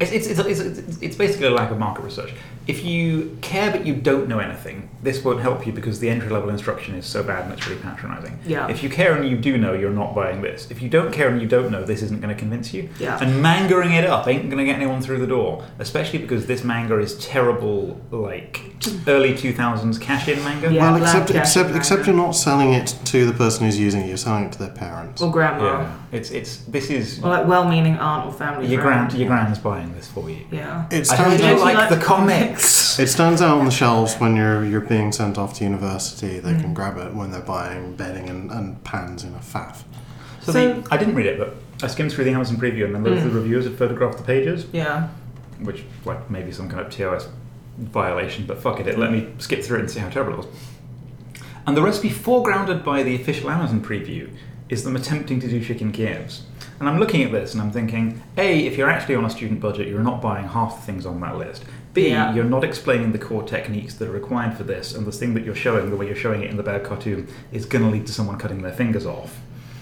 it's, it's, it's, it's, it's- it's basically a lack of market research if you care but you don't know anything this won't help you because the entry level instruction is so bad and it's really patronizing Yeah. if you care and you do know you're not buying this if you don't care and you don't know this isn't going to convince you Yeah. and mangering it up ain't going to get anyone through the door especially because this manga is terrible like early 2000s cash in manga Yeah, well, black except jacket except manga. except you're not selling it to the person who's using it. You're selling it to their parents. Or grandma. Yeah, it's it's this is Or like well-meaning aunt or family your friend. grand your grand's buying this for you. Yeah. It I heard stands you don't out. you like, like the the comics. It stands out on the shelves when you're you're being sent off to university. They Mm. can grab it when they're buying bedding and, and pans in a faff. So, So- the, Mm. I didn't read it, but I skimmed through the Amazon preview and then loads of the reviewers had photographed the pages, Yeah. which like maybe some kind of TOS violation, but fuck it, it let me skip through it and see how terrible it was. And the recipe foregrounded by the official Amazon preview is them attempting to do chicken Kievs. And I'm looking at this and I'm thinking, A, if you're actually on a student budget, you're not buying half the things on that list. B, Yeah. you're not explaining the core techniques that are required for this, and the thing that you're showing, the way you're showing it in the bad cartoon, is going to lead to someone cutting their fingers off.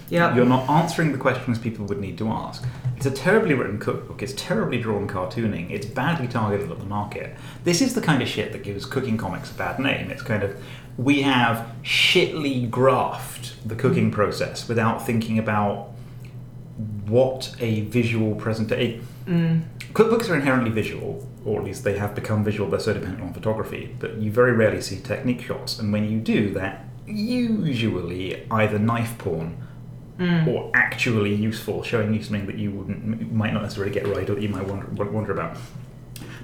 Yeah. You're not answering the questions people would need to ask. It's a terribly written cookbook. It's terribly drawn cartooning. It's badly targeted at the market. This is the kind of shit that gives cooking comics a bad name. It's kind of, we have shitly graphed the cooking process without thinking about what a visual presentation. Cookbooks are inherently visual, or at least they have become visual. They're so dependent on photography, but you very rarely see technique shots, and when you do, they're usually either knife porn or actually useful, showing you something that you wouldn't, might not necessarily get right, or that you might wonder, wonder about.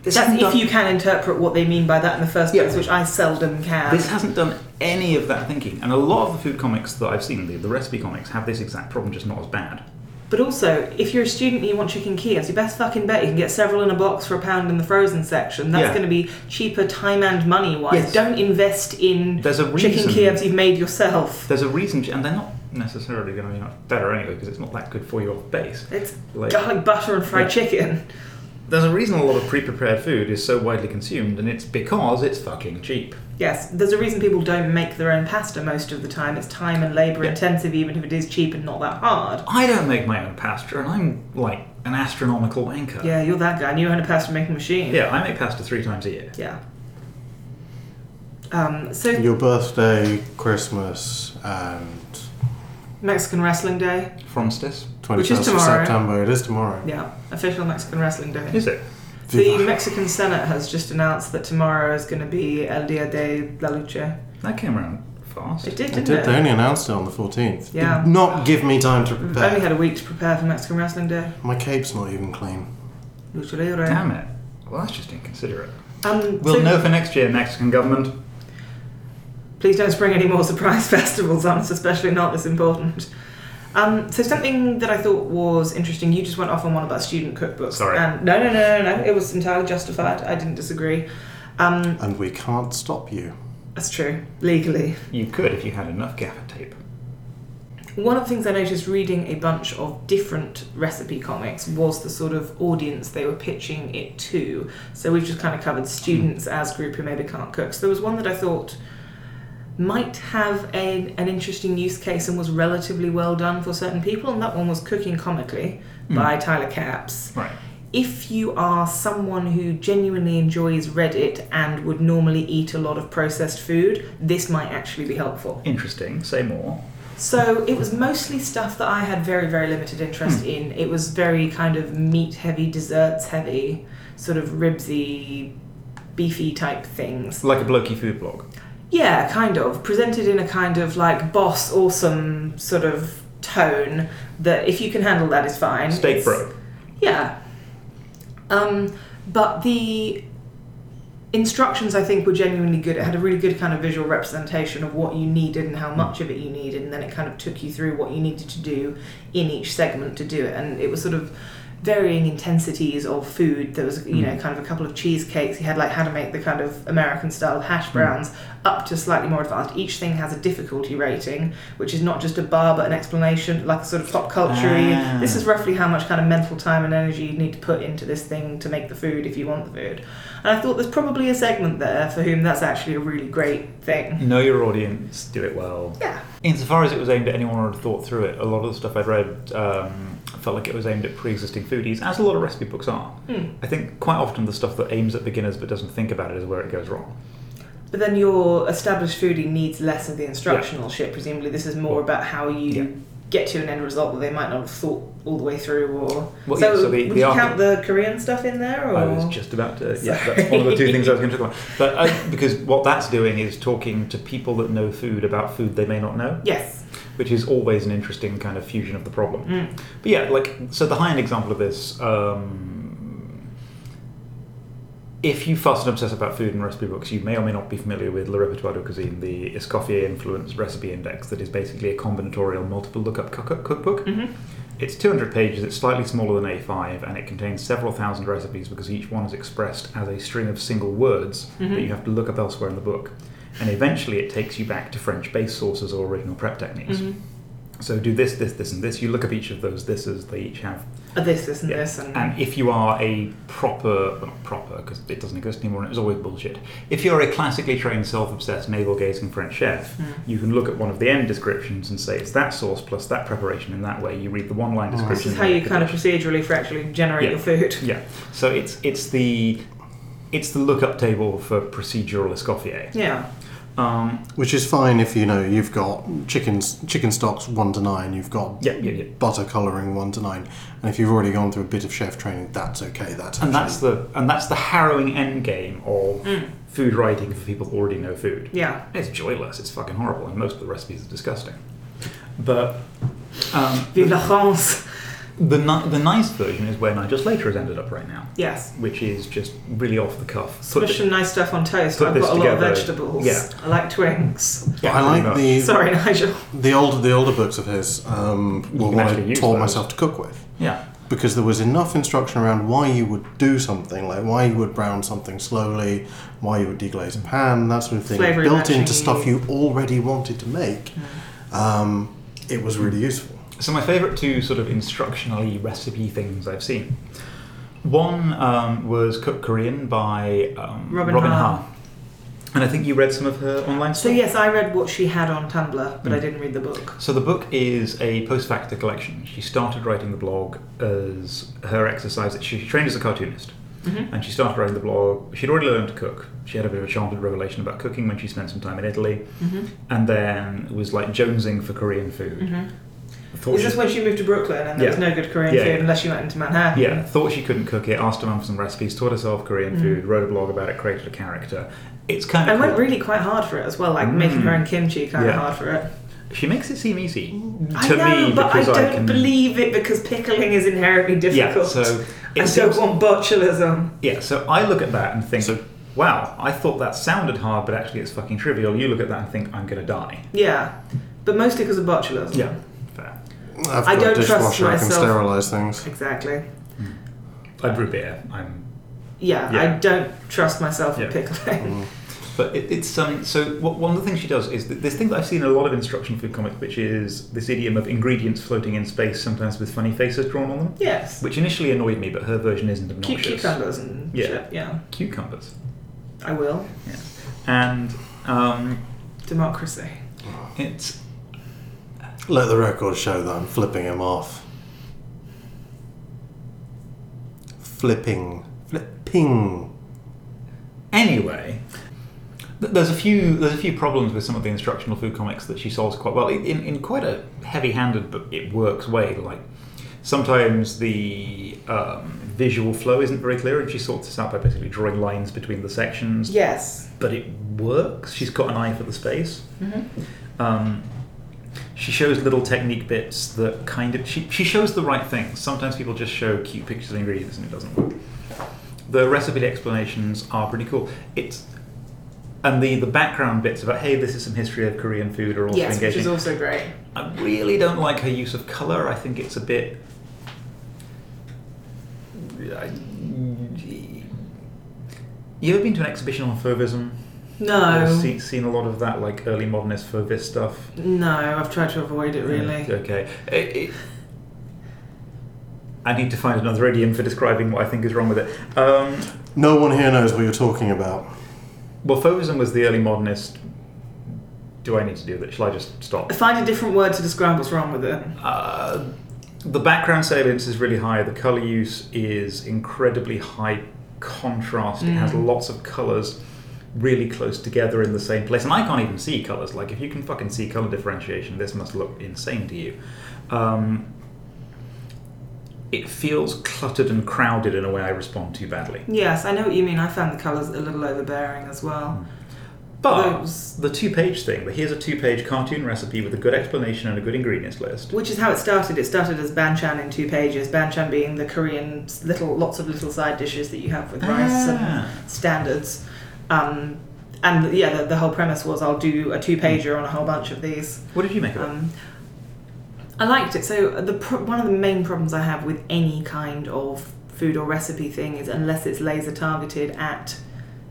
This That's hasn't if done- you can interpret what they mean by that in the first place, Yeah. which I seldom can. This hasn't done any of that thinking, and a lot of the food comics that I've seen, the, the recipe comics, have this exact problem, just not as bad. But also, if you're a student and you want chicken Kievs, you best fucking bet you can get several in a box for a pound in the frozen section. That's Yeah. going to be cheaper time and money wise. Yes. Don't invest in There's a chicken reason- Kievs you've made yourself. There's a reason, and they're not necessarily going to be much better anyway, because it's not that good for you off base. It's Like- garlic butter and fried Yeah. chicken. There's a reason a lot of pre-prepared food is so widely consumed, and it's because it's fucking cheap. Yes, there's a reason people don't make their own pasta most of the time. It's time and labour Yeah. intensive, even if it is cheap and not that hard. I don't make my own pasta, and I'm like an astronomical wanker. Yeah, you're that guy. and You own a pasta making machine. Yeah, I make pasta three times a year. Yeah. Um, so, Your birthday, Christmas, um, and Mexican Wrestling Day. Fromstis. 21st Which is of tomorrow. September. It is tomorrow. Yeah, official Mexican Wrestling Day. Is it? The Viva. Mexican Senate has just announced that tomorrow is going to be El Dia de la Lucha. That came around fast. It did, They didn't did. it? They only announced it on the 14th. Yeah. Did not give me time to We've prepare. only had a week to prepare for Mexican Wrestling Day. My cape's not even clean. Lucha Libre. Damn it. Well, that's just inconsiderate. Um, We'll so know for next year, Mexican government. Please don't spring any more [laughs] surprise festivals on us, especially not this important. Um, so something that I thought was interesting, you just went off on one about student cookbooks. Sorry. And no, no, no, no, no. It was entirely justified. I didn't disagree. Um, And we can't stop you. that's true, legally. You could if you had enough gaffer tape. One of the things I noticed reading a bunch of different recipe comics was the sort of audience they were pitching it to. So we've just kind of covered students as group who maybe can't cook. So there was one that I thought might have a, an interesting use case and was relatively well done for certain people, and that one was Cooking Comically by Tyler Capps Right. if you are someone who genuinely enjoys Reddit and would normally eat a lot of processed food, this might actually be helpful. Interesting. Say more. So it was mostly stuff that I had very, very limited interest in. It was very kind of meat heavy, desserts heavy, sort of ribsy, beefy type things. Like a blokey food blog. Yeah, kind of. Presented in a kind of like boss awesome sort of tone that if you can handle that is fine. Steak It's- bro. yeah. Um, but the instructions, I think, were genuinely good. It had a really good kind of visual representation of what you needed and how much of it you needed, and then it kind of took you through what you needed to do in each segment to do it. And it was sort of varying intensities of food. There was, you know, kind of a couple of cheesecakes. You had like how to make the kind of American style hash browns up to slightly more advanced. Each thing has a difficulty rating, which is not just a bar but an explanation, like a sort of pop culture. Ah. This is is roughly how much kind of mental time and energy you need to put into this thing to make the food if you want the food. And I thought there's probably a segment there for whom that's actually a really great thing. Know your audience, do it well. Yeah. Insofar as it was aimed at anyone who had thought through it, a lot of the stuff I'd read um, felt like it was aimed at pre existing foodies, as a lot of recipe books are. Hmm. I think quite often the stuff that aims at beginners but doesn't think about it is where it goes wrong. But then your established foodie needs less of the instructional shit. Presumably, this is more about how you Yeah. get to an end result that they might not have thought all the way through. Or Well, so, yeah, so the- would the you argu- count the Korean stuff in there? Or I was just about to. Yeah, Sorry. that's one of the two things I was going to talk [laughs] about. But uh, because what that's doing is talking to people that know food about food they may not know, yes. which is always an interesting kind of fusion of the problem. Mm. But yeah, like so the high end example of this. Um, if you fuss and obsess about food and recipe books, you may or may not be familiar with Le Repertoire de Cuisine, the Escoffier influenced recipe index that is basically a combinatorial multiple lookup cook- cookbook. hmm It's 200 pages, it's slightly smaller than A5, and it contains several thousand recipes because each one is expressed as a string of single words that you have to look up elsewhere in the book. And eventually it takes you back to French base sources or original prep techniques. Mhm. So do this, this, this, and this. You look up each of those this as they each have. Uh, This, this, and Yeah. this, and, And if you are a proper, well, not proper, because it doesn't exist anymore and it was always bullshit, if you're a classically trained, self obsessed, navel gazing French chef, Mm. you can look at one of the end descriptions and say it's that sauce plus that preparation in that way. You read the one line This is description. Oh, this is and how make you the kind of dish. procedurally for actually generate Yeah. your food. Yeah. So it's it's the it's the lookup table for procedural escoffier. Yeah. Um, Which is fine if you know you've got chickens, chicken stocks one to nine. You've got yeah, yeah, yeah. butter coloring one to nine, and if you've already gone through a bit of chef training, that's okay. That's And that's actually- the and that's the harrowing end game of Mm. food writing for people who already know food. Yeah. It's joyless. It's fucking horrible, and most of the recipes are disgusting. But um, Vive la the, France. the, ni- the nice version is where Nigel Slater has ended up right now, Yes. which is just really off the cuff. Put Smush some nice stuff on toast. put I've this got a lot of together. vegetables. Yeah. I like Twinks. the- yeah, I pretty like much. the Sorry, Nigel. the older the older books of his um, were can what actually I use taught those. myself to cook with yeah. because there was enough instruction around why you would do something, like why you would brown something slowly, why you would deglaze a pan, that sort of thing, Flavouring built into matching. stuff you already wanted to make. Um, it was really useful. So my favourite two sort of instructionally recipe things I've seen. One um, was Cook Korean by um, Robin Robin, Ha. ha. and I think you read some of her online So stuff. yes, I read what she had on Tumblr, but I Mm. didn't read the book. So the book is a post-facto collection. She started writing the blog as her exercise. She trained as a cartoonist, Mhm. and she started writing the blog. She'd already learned to cook. She had a bit of a childhood revelation about Mm-hmm. cooking when she spent some time in Italy, Mhm. and then Mm-hmm. was like jonesing for Korean food. Mhm. Thought Is she, this when she moved to Brooklyn and there was Yeah. no good Korean Yeah, food yeah. unless she went into Manhattan? yeah, thought she couldn't cook it. Asked her mum for some recipes. Taught herself Korean food. Wrote a blog about it. Created a character. It's kind Mm. I of. went cool. really quite hard for it as well, like making her own kimchi kind of Mm. Yeah. hard for it. she makes it seem easy to I know, me but I because don't can. believe it because pickling is inherently yeah, difficult. so it I seems- don't want botulism. Yeah, so I look at that and think, wow, I thought that sounded hard, but actually it's fucking trivial. You look at that and think, I'm going to die. Yeah, but mostly because of botulism. Yeah, fair. I've got I a don't trust dishwasher. I can myself. sterilise things. exactly. I brew beer. I'm, Yeah, Yeah. I don't trust myself Yeah. Mm-hmm. with pickling. Mm. [laughs] but it, it's um. So what, one of the things she does is th- there's things that I've seen in a lot of instruction food comics, which is this idiom of ingredients floating in space, sometimes with funny faces drawn on them, yes, which initially annoyed me, but her version isn't cute obnoxious. cucumbers and Yeah. shit. Yeah, Cucumbers. I will. Yeah. And um, Democracy. it's Let the record show that I'm flipping him off. Flipping. Flipping. Anyway, th- there's a few there's a few problems with some of the instructional food comics that she solves quite well in, in quite a heavy-handed but it works way. Like sometimes the um, visual flow isn't very clear, and she sorts this out by basically drawing lines between the sections. Yes. But it works. She's got an eye for the space. Um, she shows little technique bits that kind of she, she shows the right things. Sometimes people just show cute pictures of ingredients and it doesn't work. The recipe explanations are pretty cool. It's and the the background bits about hey this is some history of Korean food are also Yes, which engaging. is also great. I really don't like her use of color. I think it's a bit. I- You ever been to an exhibition on fauvism? Or No, see- seen a lot of that like early modernist fauvist stuff. no, I've tried to avoid it really. Okay. It- it- I need to find another idiom for describing what I think is wrong with it. Um, No one here knows what you're talking about. well, fauvism was the early modernist. Do I need to do that? Shall I just stop? Find a different word to describe what's wrong with it. Uh, the background salience is really high. The color use is incredibly high contrast. It has Mm. lots of colors really close together in the same place. And I can't even see colors. Like, if you can fucking see color differentiation, this must look insane to you. Um, it feels cluttered and crowded in a way I respond to badly. Yes, I know what you mean. I found the colours a little overbearing as well. But Those- the two page thing, the here's a two page cartoon recipe with a good explanation and a good ingredients list. Which is how it started. It started as banchan in two pages. Banchan being the Korean s- little, lots of little side dishes that you have with rice Ah. and standards. Um, and yeah, the, the whole premise was I'll do a two pager on a whole bunch of these. What did you make of it? Um, I liked it. So the pro- one of the main problems I have with any kind of food or recipe thing is unless it's laser targeted at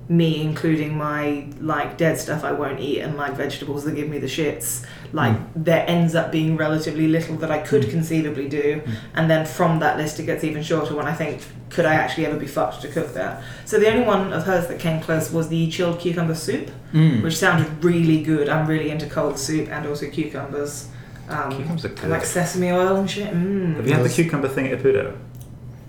me, including my like dead stuff I won't eat and like vegetables that give me the shits. Like Hmm. there ends up being relatively little that I could conceivably do, Hmm. and then from that list it gets even shorter when I think could I actually ever be fucked to cook that. So the only one of hers that came close was the chilled cucumber soup which sounded really good. I'm really into cold soup and also cucumbers. Um, Cucumbers are good. and like sesame oil and shit. Mm. Have you had the cucumber thing at Apudo?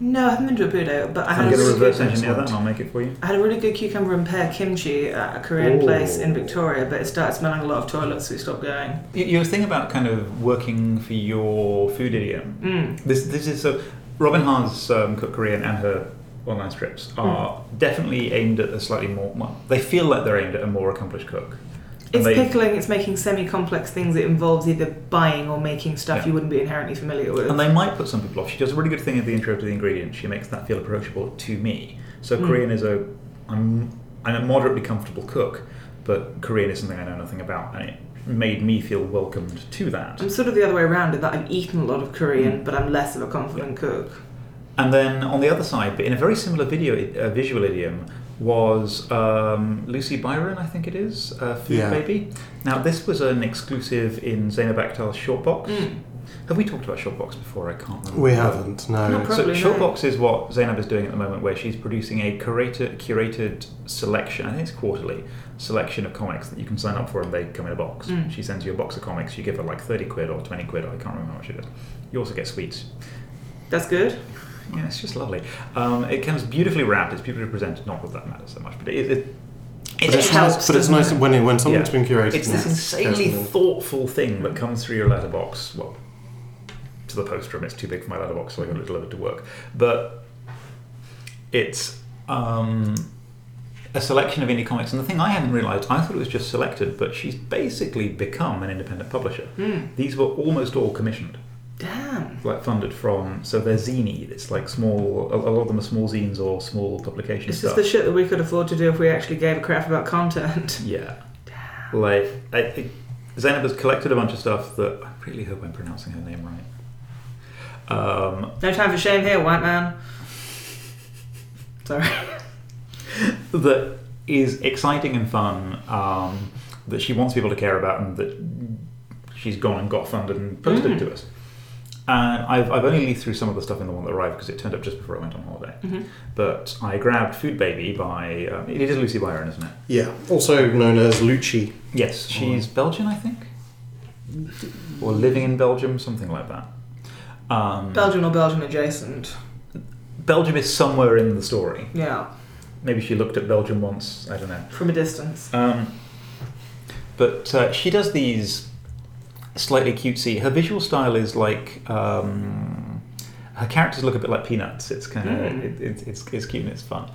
No, I haven't been to a budo, but I I'm had, going a to really reverse good, engineer that and I'll make it for you. I had a really good cucumber and pear kimchi at a Korean place in Ooh. Victoria, but it started smelling a lot of toilets, so we stopped going. Y- Your thing about kind of working for your food idiom. Mm. This this is so. Robin Haas um, Cook Korean and her online strips Hmm. are definitely aimed at a slightly more. Well, they feel like they're aimed at a more accomplished cook. And It's they- pickling, it's making semi complex things. It involves either buying or making stuff Yeah. you wouldn't be inherently familiar with. And they might put some people off. She does a really good thing in the intro to the ingredients. She makes that feel approachable to me. So Korean is a I'm I'm a moderately comfortable cook, but Korean is something I know nothing about, and it made me feel welcomed to that. I'm sort of the other way around in that I've eaten a lot of Korean, Mm. but I'm less of a confident cook. And then on the other side, but in a very similar video uh, visual idiom, was um, Lucy Byron, I think it is, uh, Food Yeah. Baby. Now, this was an exclusive in Zainab Akhtar's Shortbox. Hmm. Mm. Have we talked about Shortbox before? I can't remember. We haven't, No no. problem. Probably so not. Shortbox is what Zainab is doing at the moment, where she's producing a curated, curated selection. I think it's quarterly selection of comics that you can sign up for, and they come in a box. Mm. She sends you a box of comics. You give her like thirty quid or twenty quid. Or I can't remember how much it is. You also get sweets. That's good. Yeah, it's just lovely. Um, it comes beautifully wrapped. It's beautifully presented. Not that that matters so much, but it, it, it, But it's nice, helps, but it's doesn't nice it? when, it, when something's been curated. It's this and insanely carefully- thoughtful thing that comes through your letterbox. Well, to the post room. It's too big for my letterbox, so I got it delivered to work. But it's um, a selection of indie comics, and the thing I hadn't realised, I thought it was just selected, but she's basically become an independent publisher. These were almost all commissioned Mm. Damn. like funded from so they're zine it's like small a, a lot of them are small zines or small publication This is stuff the shit that we could afford to do if we actually gave a crap about content. [laughs] yeah like I, I, Zainab has collected a bunch of stuff that I really hope I'm pronouncing her name right um, No time for shame here, white man. Sorry. that is exciting and fun um, that she wants people to care about and that she's gone and got funded and posted to us and I've, I've only leafed through some of the stuff in the one that arrived because it turned up just before I went on holiday but I grabbed Food Baby by um, it is Lucy Byron isn't it Yeah, also known as Lucci. Yes, she's Belgian, I think, or living in Belgium, something like that. Um, Belgian or Belgian adjacent. Belgium is somewhere in the story. Yeah. Maybe she looked at Belgium once. I don't know. From a distance. Um, but uh, she does these slightly cutesy. Her visual style is like um, her characters look a bit like peanuts. It's kind of Mm. it, it's it's it's cute and it's fun.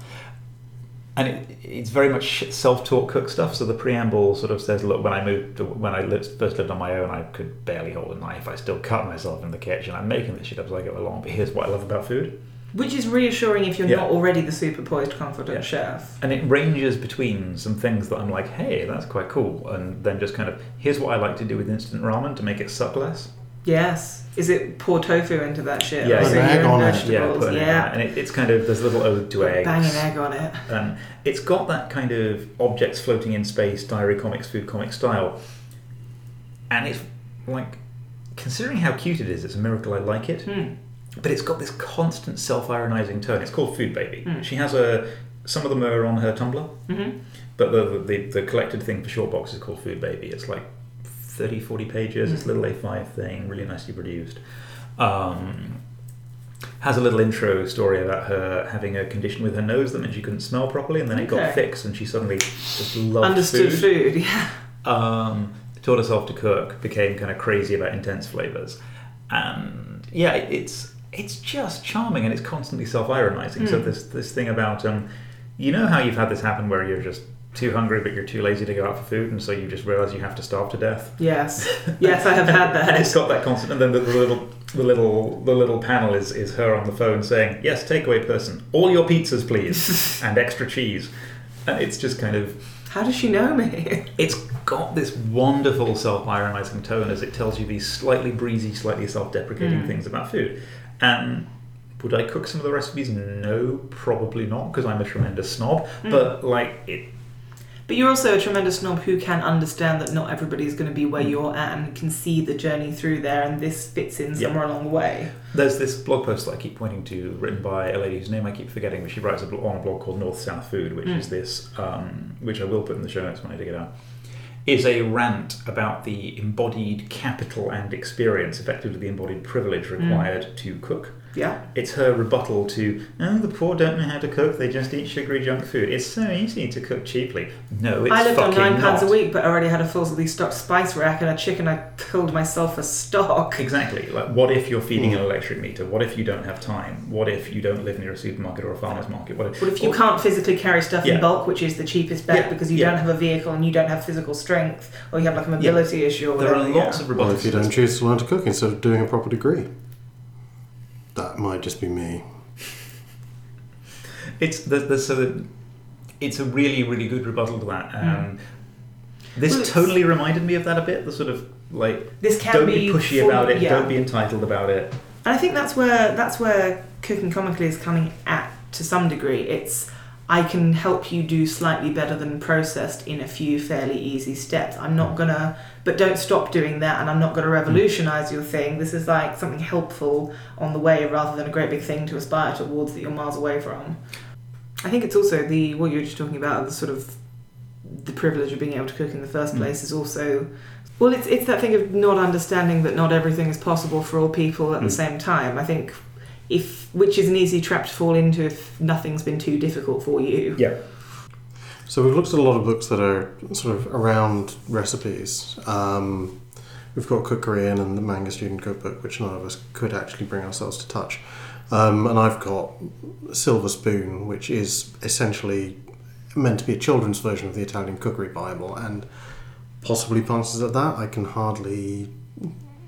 And it, it's very much self-taught cook stuff. So the preamble sort of says, "Look, when I moved, to, when I lived, first lived on my own, I could barely hold a knife. I still cut myself in the kitchen. I'm making this shit up as I go along. But here's what I love about food: Which is reassuring if you're Yeah. not already the super poised, confident Yeah. chef. And it ranges between some things that I'm like, hey, that's quite cool, and then just kind of, here's what I like to do with instant ramen to make it suck less. Yes. Is it pour tofu into that shit? Yeah, Like, put an egg your on own it. Yeah, vegetables. put an egg on it. and it, it's kind of there's a little ode to eggs. Bang an egg on it. And it's got that kind of objects floating in space, diary comics, food comic style. And it's like, considering how cute it is, it's a miracle I like it. Hmm. But it's got this constant self-ironizing tone. It's called Food Baby. Hmm. She has a. Some of them are on her Tumblr. Mm-hmm. But the, the, the collected thing for short box is called Food Baby. It's like 30, 40 pages. It's a Mm. little A5 thing, really nicely produced. Um, has a little intro story about her having a condition with her nose that meant she couldn't smell properly, and then it Okay. got fixed, and she suddenly just loved Understood food. food. [laughs] Yeah. Um, taught herself to cook, became kind of crazy about intense flavors, and yeah, it- it's it's just charming and it's constantly self-ironizing. Hmm. So this this thing about um, you know how you've had this happen where you're just too hungry but you're too lazy to go out for food, and so you just realize you have to starve to death. Yes. [laughs] Yes, I have had And [laughs] that. it's got that constant, and then the, the little the little the little panel is is her on the phone saying, "Yes, takeaway person, all your pizzas, [laughs] please, and extra cheese." And it's just kind of How does she know me? it's got this wonderful self-ironizing tone as it tells you these slightly breezy, slightly self-deprecating things about food. And would I cook some of the recipes? No, probably not, because I'm a tremendous snob. But like, it, But you're also a tremendous snob who can understand that not everybody's going to be Mm. where you're at and can see the journey through there, and this fits in Yeah. somewhere along the way. there's this blog post that I keep pointing to, written by a lady whose name I keep forgetting, but she writes a bl- on a blog called North South Food, which is this, um, which I will put in the show notes when I dig it out. Is a rant about the embodied capital and experience, effectively the embodied privilege required to cook. Yeah. It's her rebuttal to, oh, the poor don't know how to cook, they just eat sugary junk food. It's so easy to cook cheaply. No, it's I lived on fucking nine pounds a not. week, but already had a fully stocked spice rack and a chicken I killed myself for stock. Exactly. Like, what if you're feeding Hmm. an electric meter? What if you don't have time? What if you don't live near a supermarket or a farmer's market? What if, What if you or- can't physically carry stuff in Yeah. bulk, which is the cheapest bet Yeah, because you yeah. don't have a vehicle and you don't have physical strength, or you have like a mobility issue? Or There are whatever, yeah. lots of Well, rebuttals. if you to don't this. choose to learn to cook instead of doing a proper degree. That might just be me. It's there's, there's so that it's a really really good rebuttal to that. Um, This Hmm. Well, it's- totally reminded me of that a bit. The sort of like This can don't be, pushy full- about it. yeah. Don't be entitled about it. And I think that's where that's where cooking comically is coming at to some degree. It's I can help you do slightly better than processed in a few fairly easy steps. I'm not gonna, but don't stop doing that, and I'm not gonna revolutionize your thing. This is like something helpful on the way rather than a great big thing to aspire towards that you're miles away from. I think it's also the what you were just talking about the sort of the privilege of being able to cook in the first place is also well it's it's that thing of not understanding that not everything is possible for all people Mm. at the same time. I think if which is an easy trap to fall into if nothing's been too difficult for you. Yeah. So we've looked at a lot of books that are sort of around recipes, um, We've got Cookery Inn and the Manga Student Cookbook, which none of us could actually bring ourselves to touch. Um, and I've got Silver Spoon, which is essentially meant to be a children's version of the Italian Cookery Bible, and possibly passes at that. I can hardly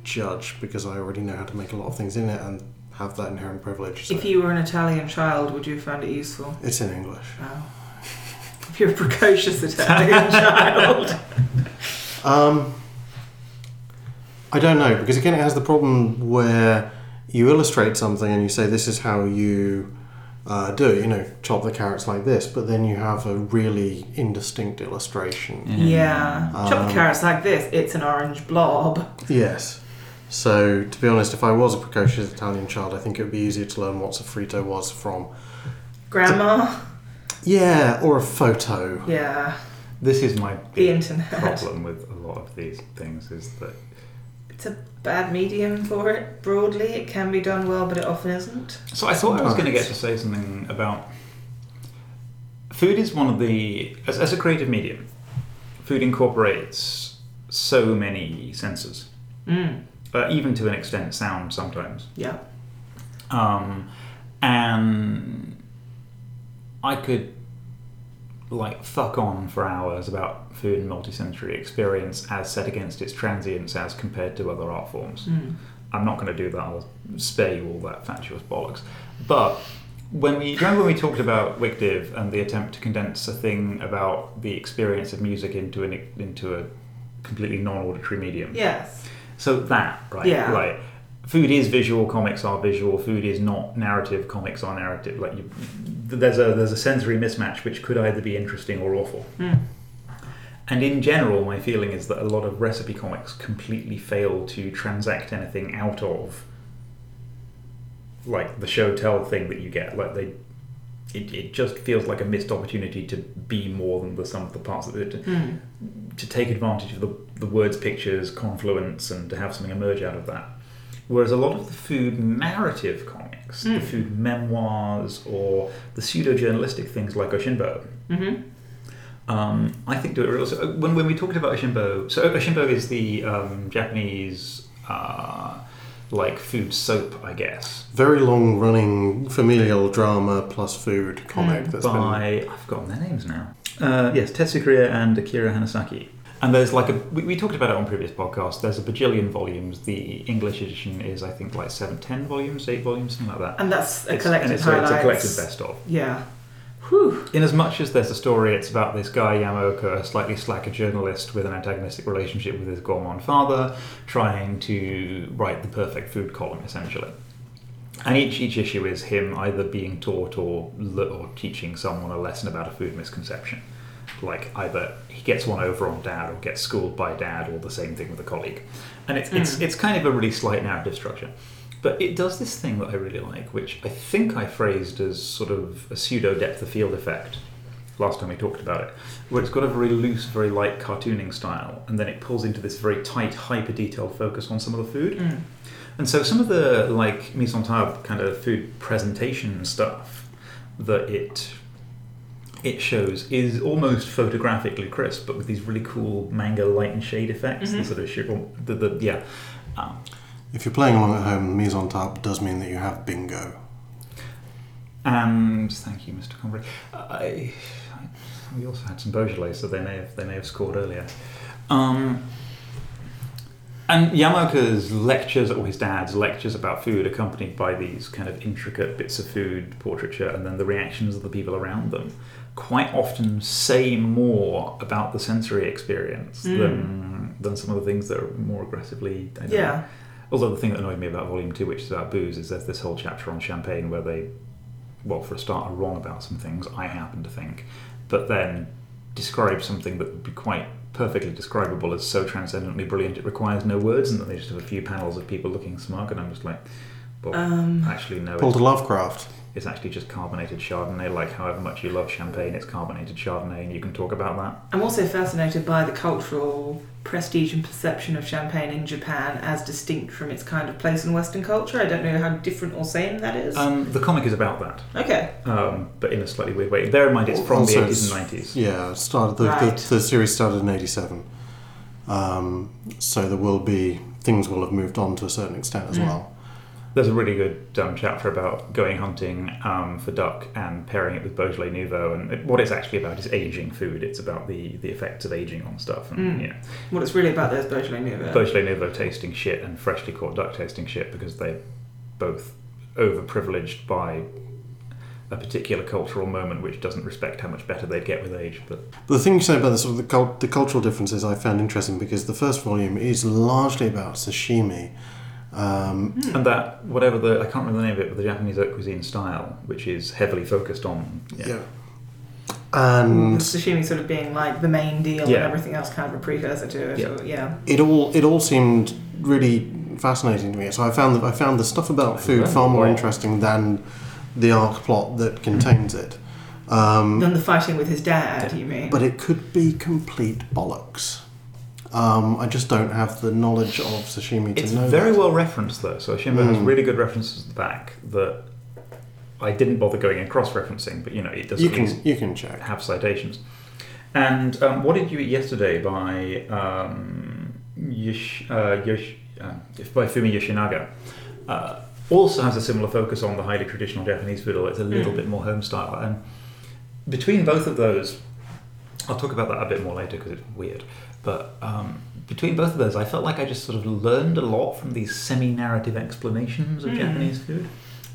judge because I already know how to make a lot of things in it and have that inherent privilege. So If you were an Italian child, would you have found it useful? it's in English. Oh. [laughs] If you're a [laughs] precocious Italian child. Um, I don't know because again, it has the problem where you illustrate something and you say this is how you uh, do it. You know, chop the carrots like this, but then you have a really indistinct illustration. Yeah. Chop Um, the carrots like this, it's an orange blob. Yes. So to be honest, if I was a precocious Italian child, I think it would be easier to learn what sofrito was from. Grandma? Yeah, or a photo. Yeah. This is my The big internet. problem with a lot of these things is that It's a bad medium for it, broadly. It can be done well, but it often isn't. So I thought I was going to Alright. get to say something about food is one of the as, as a creative medium, food incorporates so many senses, Mm. uh, even to an extent, sound sometimes. Yeah. Um, and I could like fuck on for hours about food and multisensory experience as set against its transience as compared to other art forms. Mm. I'm not going to do that. I'll spare you all that fatuous bollocks. But when we remember when we talked about Wigdiv and the attempt to condense a thing about the experience of music into an into a completely non-auditory medium. Yes. So that right, Yeah. right. Food is visual. Comics are visual. Food is not narrative. Comics are narrative. Like you, there's a there's a sensory mismatch which could either be interesting or awful. Mm. And in general, my feeling is that a lot of recipe comics completely fail to transact anything out of like the show tell thing that you get. Like they, it, it just feels like a missed opportunity to be more than the sum of the parts of it. Mm. To take advantage of the, the words, pictures, confluence, and to have something emerge out of that. Whereas a lot of the food narrative comics, the Mm. food memoirs, or the pseudo journalistic things like Oshinbo, Mm-hmm. um, I think do it real. So uh, when, when we talked about Oshimbo, so Oshimbo is the um, Japanese uh, like food soap, I guess. Very long running familial drama plus food comic that's been. by I've forgotten their names now. Uh, yes, Tetsu Korea and Akira Hanasaki. And there's like a we, we talked about it on previous podcasts. There's a bajillion volumes. The English edition is I think like seven, ten volumes, eight volumes, something like that. And that's a It's- collective and it's, a- highlights. it's a collected best of. Yeah. Whew. In as much as there's a story, it's about this guy Yamaoka, a slightly slacker journalist with an antagonistic relationship with his gourmand father, trying to write the perfect food column, essentially. And each each issue is him either being taught or le- or teaching someone a lesson about a food misconception. Like either he gets one over on dad, or gets schooled by dad, or the same thing with a colleague. And it's it's it's kind of a really slight narrative structure. But it does this thing that I really like, which I think I phrased as sort of a pseudo depth of field effect last time we talked about it, where it's got a very loose, very light cartooning style, and then it pulls into this very tight, hyper detailed focus on some of the food. Mm. And so some of the like mise en table kind of food presentation stuff that it it shows is almost photographically crisp, but with these really cool manga light and shade effects. The Mhm. sort of sh- the, the yeah. Um, If you're playing along at home, mise en table does mean that you have bingo. And thank you, Mr. Convery. I, I, we also had some Beaujolais, so they may have they may have scored earlier. Um, and Yamaoka's lectures, or his dad's lectures about food, accompanied by these kind of intricate bits of food portraiture, and then the reactions of the people around them, quite often say more about the sensory experience Mm. than than some of the things that are more aggressively. I don't know, Yeah. Although the thing that annoyed me about Volume Two, which is about booze, is there's this whole chapter on champagne where they, well, for a start, are wrong about some things. I happen to think, but then describe something that would be quite perfectly describable as so transcendently brilliant it requires no words, and then they just have a few panels of people looking smug, and I'm just like, well, Um, actually no, Paul it's, to Lovecraft. it's actually just carbonated Chardonnay. Like however much you love champagne, it's carbonated Chardonnay, and you can talk about that. I'm also fascinated by the cultural prestige and perception of champagne in Japan as distinct from its kind of place in Western culture. I don't know how different or same that is. Um, the comic is about that, okay. um, but in a slightly weird way. Bear in mind, it's from Also, the 80s it's- and 90s. Yeah, it started the, Right. the, the series started in '87. Um, so there will be things will have moved on to a certain extent as well. There's a really good um, chapter about going hunting um, for duck and pairing it with Beaujolais Nouveau, and it, what it's actually about is aging food. It's about the, the effects of aging on stuff, and Mm. yeah, What it's really about there is Beaujolais Nouveau. Beaujolais Nouveau tasting shit and freshly caught duck tasting shit because they're both overprivileged by a particular cultural moment which doesn't respect how much better they'd get with age. But The thing you say about the sort of the, cult, the cultural differences I found interesting because the first volume is largely about sashimi. Um, and that whatever the I can't remember the name of it, but the Japanese haute cuisine style, which is heavily focused on yeah. yeah. And With sashimi sort of being like the main deal Yeah. and everything else kind of a precursor to it. Yeah. Or, yeah. it all it all seemed really fascinating to me. So I found that I found the stuff about food far more interesting than the arc plot that contains it. Um, Then the fighting with his dad, you mean? but it could be complete bollocks. Um, I just don't have the knowledge of sashimi to It's know. very that. well referenced though, so Shimbo has Mm. really good references back that I didn't bother going and cross referencing, but you know it does You at least can you can check. have citations. And um, what did you eat yesterday by um, Yosh, uh, Yosh, uh, by Fumi Yoshinaga? Uh, also has a similar focus on the highly traditional Japanese food, although it's a little Mm. bit more home style. And between both of those, I'll talk about that a bit more later because it's weird. But um, between both of those, I felt like I just sort of learned a lot from these semi-narrative explanations of Mm. Japanese food.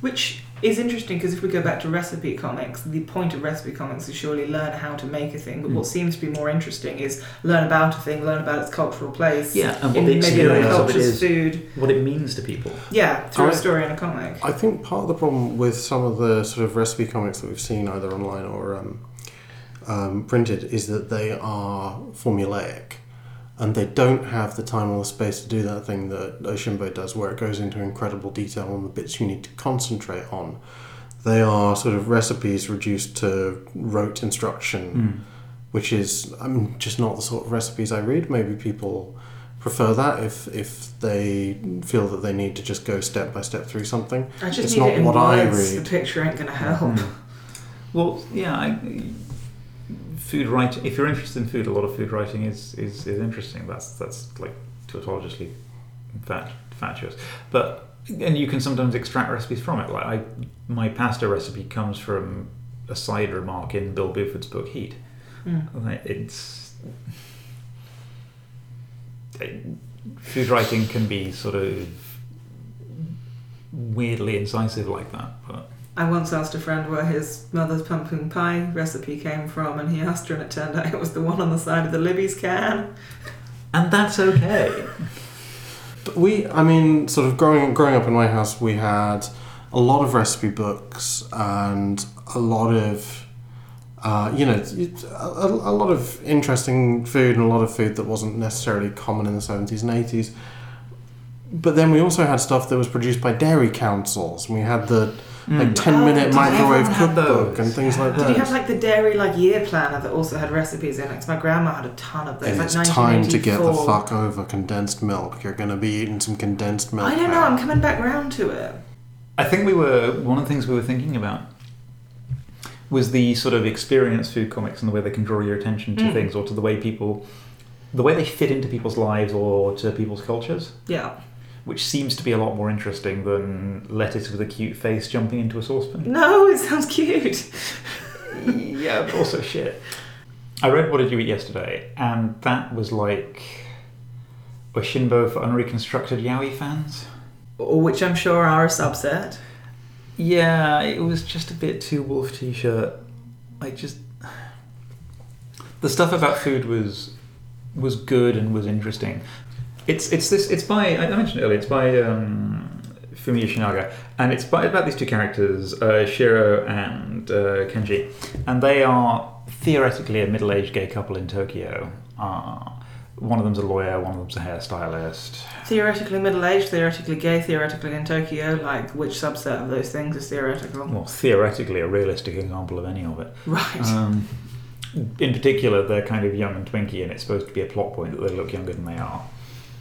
Which is interesting because if we go back to recipe comics, the point of recipe comics is surely learn how to make a thing. But Hmm. what seems to be more interesting is learn about a thing, learn about its cultural place, Yeah, and what in the maybe other experience of it cultures, is, food. what it means to people. Yeah, through I- a story and a comic. I think part of the problem with some of the sort of recipe comics that we've seen either online or um, um, printed is that they are formulaic and they don't have the time or the space to do that thing that Oshimbo does where it goes into incredible detail on the bits you need to concentrate on. They are sort of recipes reduced to rote instruction which is I'm just not the sort of recipes I read. Maybe people prefer that if if they feel that they need to just go step by step through something. I just It's need not it in what I words. read. Hmm. The picture ain't going to help. Hmm. Well, yeah, I, food writing. If you're interested in food, a lot of food writing is is, is interesting. That's that's like tautologically fat, fatuous, but and you can sometimes extract recipes from it. Like I, my pasta recipe comes from a side remark in Bill Buford's book Heat. Mm. Like, It's it- food writing can be sort of weirdly incisive like that, but. I once asked a friend where his mother's pumpkin pie recipe came from, and he asked her, and it turned out it was the one on the side of the Libby's can. And that's okay. But we, I mean, sort of growing growing up in my house, we had a lot of recipe books and a lot of. Uh, you know, it- a, a a lot of interesting food and a lot of food that wasn't necessarily common in the 70s and 80s. But then we also had stuff that was produced by dairy councils. And we had the like 10 minute Oh, microwave everyone had cookbook those. and things like Did you have that. like the dairy like year planner that also had recipes in it? 'Cause my grandma had a ton of those. And like it's time to get the 1984. fuck over condensed milk. You're going to be eating some condensed milk. I don't know. now. I'm coming back round to it. I think we were one of the things we were thinking about was the sort of experience food comics and the way they can draw your attention to Mm. things or to the way people the way they fit into people's lives or to people's cultures, Yeah. which seems to be a lot more interesting than lettuce with a cute face jumping into a [laughs] saucepan. No, it sounds cute. yeah, but [laughs] also shit. I read What Did You Eat Yesterday, and that was like a Shinbo for unreconstructed yaoi fans. Or which I'm sure are a subset. Yeah, it was just a bit too wolf t-shirt. I just the stuff about food was was good and was interesting. It's it's this it's by I mentioned it earlier. It's by um, Fumi Yoshinaga, and it's by about these two characters, uh, Shiro and uh, Kenji, and they are theoretically a middle-aged gay couple in Tokyo. Uh, one of them's a lawyer, one of them's a hairstylist. Theoretically middle aged, theoretically gay, theoretically in Tokyo. Like, which subset of those things is theoretical? Well, theoretically, a realistic example of any of it. [laughs] Right. Um, in particular, they're kind of young and twinky, and it's supposed to be a plot point that they look younger than they are.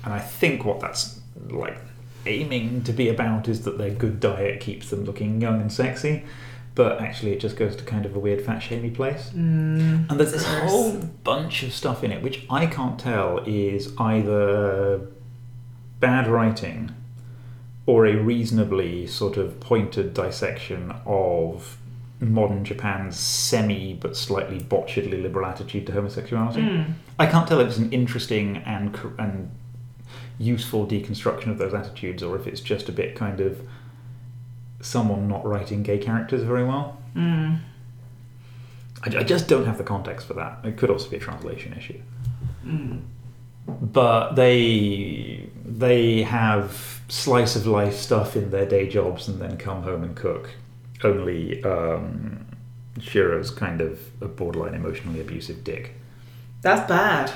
And I think what that's like aiming to be about is that their good diet keeps them looking young and sexy, but actually it just goes to kind of a weird fat shamey place. Mm, And there's this gross. whole bunch of stuff in it which I can't tell is either bad writing or a reasonably sort of pointed dissection of modern Japan's semi but slightly botchedly liberal attitude to homosexuality. Mm. I can't tell if it's an interesting and cor- and useful deconstruction of those attitudes, or if it's just a bit kind of someone not writing gay characters very well. Mm. I, ju- I just don't have the context for that. It could also be a translation issue. But they they have slice of life stuff in their day jobs and then come home and cook. Only um, Shiro's kind of a borderline emotionally abusive dick. That's bad.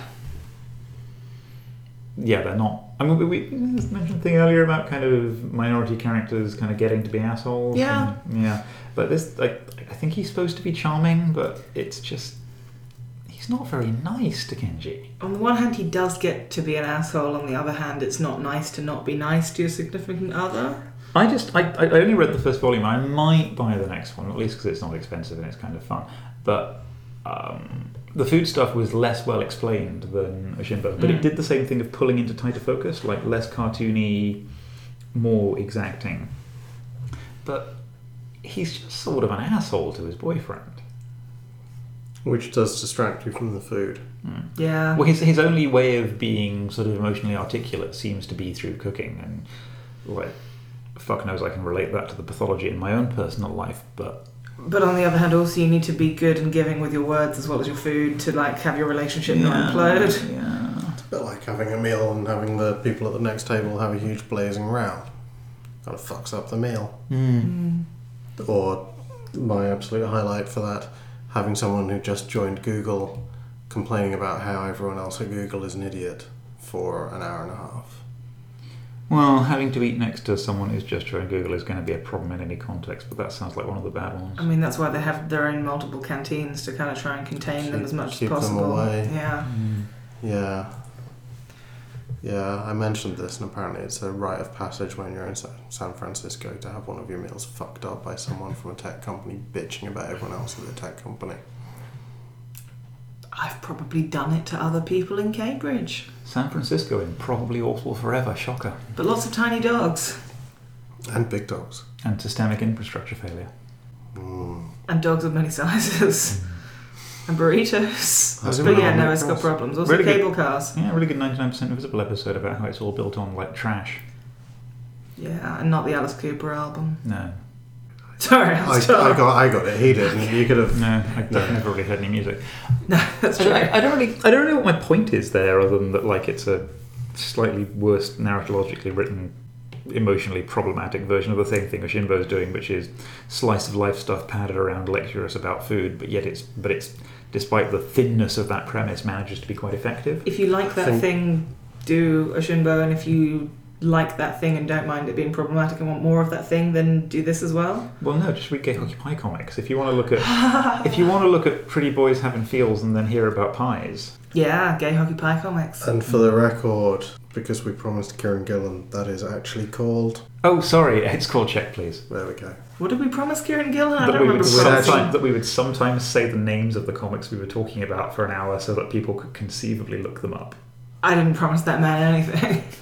yeah, they're not. I mean, we, we mentioned a thing earlier about kind of minority characters kind of getting to be assholes. Yeah. and- yeah. But this, like, I think he's supposed to be charming, but it's just he's not very nice to Kenji. On the one hand, he does get to be an asshole. On the other hand, it's not nice to not be nice to your significant other. I just, I, I only read the first volume. I might buy the next one, at least because it's not expensive and it's kind of fun. But um, the food stuff was less well explained than Ashimbo, but it Mm. did the same thing of pulling into tighter focus, like less cartoony, more exacting. But he's just sort of an asshole to his boyfriend. which does distract you from the food. Yeah. Well, his, his only way of being sort of emotionally articulate seems to be through cooking, and like, fuck knows I can relate that to the pathology in my own personal life, but But on the other hand, also you need to be good and giving with your words as well as your food to like have your relationship not implode. Yeah. It's a bit like having a meal and having the people at the next table have a huge blazing row. Kind of fucks up the meal. Hmm. Or my absolute highlight for that, having someone who just joined Google complaining about how everyone else at Google is an idiot for an hour and a half. Well, having to eat next to someone who's just joined Google is going to be a problem in any context, but that sounds like one of the bad ones. I mean, that's why they have their own multiple canteens to kind of try and contain them Keep- as much keep as them possible. away. Yeah. Hmm. Yeah. Yeah, I mentioned this, and apparently it's a rite of passage when you're in Sa- San Francisco to have one of your meals fucked up by someone from a tech company bitching about everyone else at the tech company. I've probably done it to other people in Cambridge, San Francisco in probably awful forever, shocker. but lots of tiny dogs And big dogs. And systemic infrastructure failure. Mm. and dogs of [laughs] many sizes and burritos. That's but really yeah, no, good it's got cars. problems. Also, Really good- cable cars. Yeah, really good 99% Invisible episode about how it's all built on like trash. Yeah, and not the Alice Cooper album. [laughs] No, Sorry, I I, [laughs] I was done. got I got it heated. and You could have. no, I- I've never really heard any music. No, that's I, true. I- I don't really, I don't know what my point is there, other than that like it's a slightly worse narratologically written, emotionally problematic version of the same thing Oshinbo's doing, which is slice of life stuff padded around lecturers about food, but yet it's but it's despite the thinness of that premise manages to be quite effective. If you like that Think- thing, do a Shinbo, and if you like that thing and don't mind it being problematic and want more of that thing, then do this as well. Well, no, just read Gay Hockey Pie comics if you want to look at if you want to look at pretty boys having feels and then hear about pies. Yeah, Gay Hockey Pie comics. And for the record, because we promised Kieran Gillen, that is actually called. Oh, sorry, it's called Check Please. There we go. what did we promise Kieran Gillen? I that don't we, would remember. promising. sometime, that we would sometimes say the names of the comics we were talking about for an hour so that people could conceivably look them up. I didn't promise that man anything. [laughs]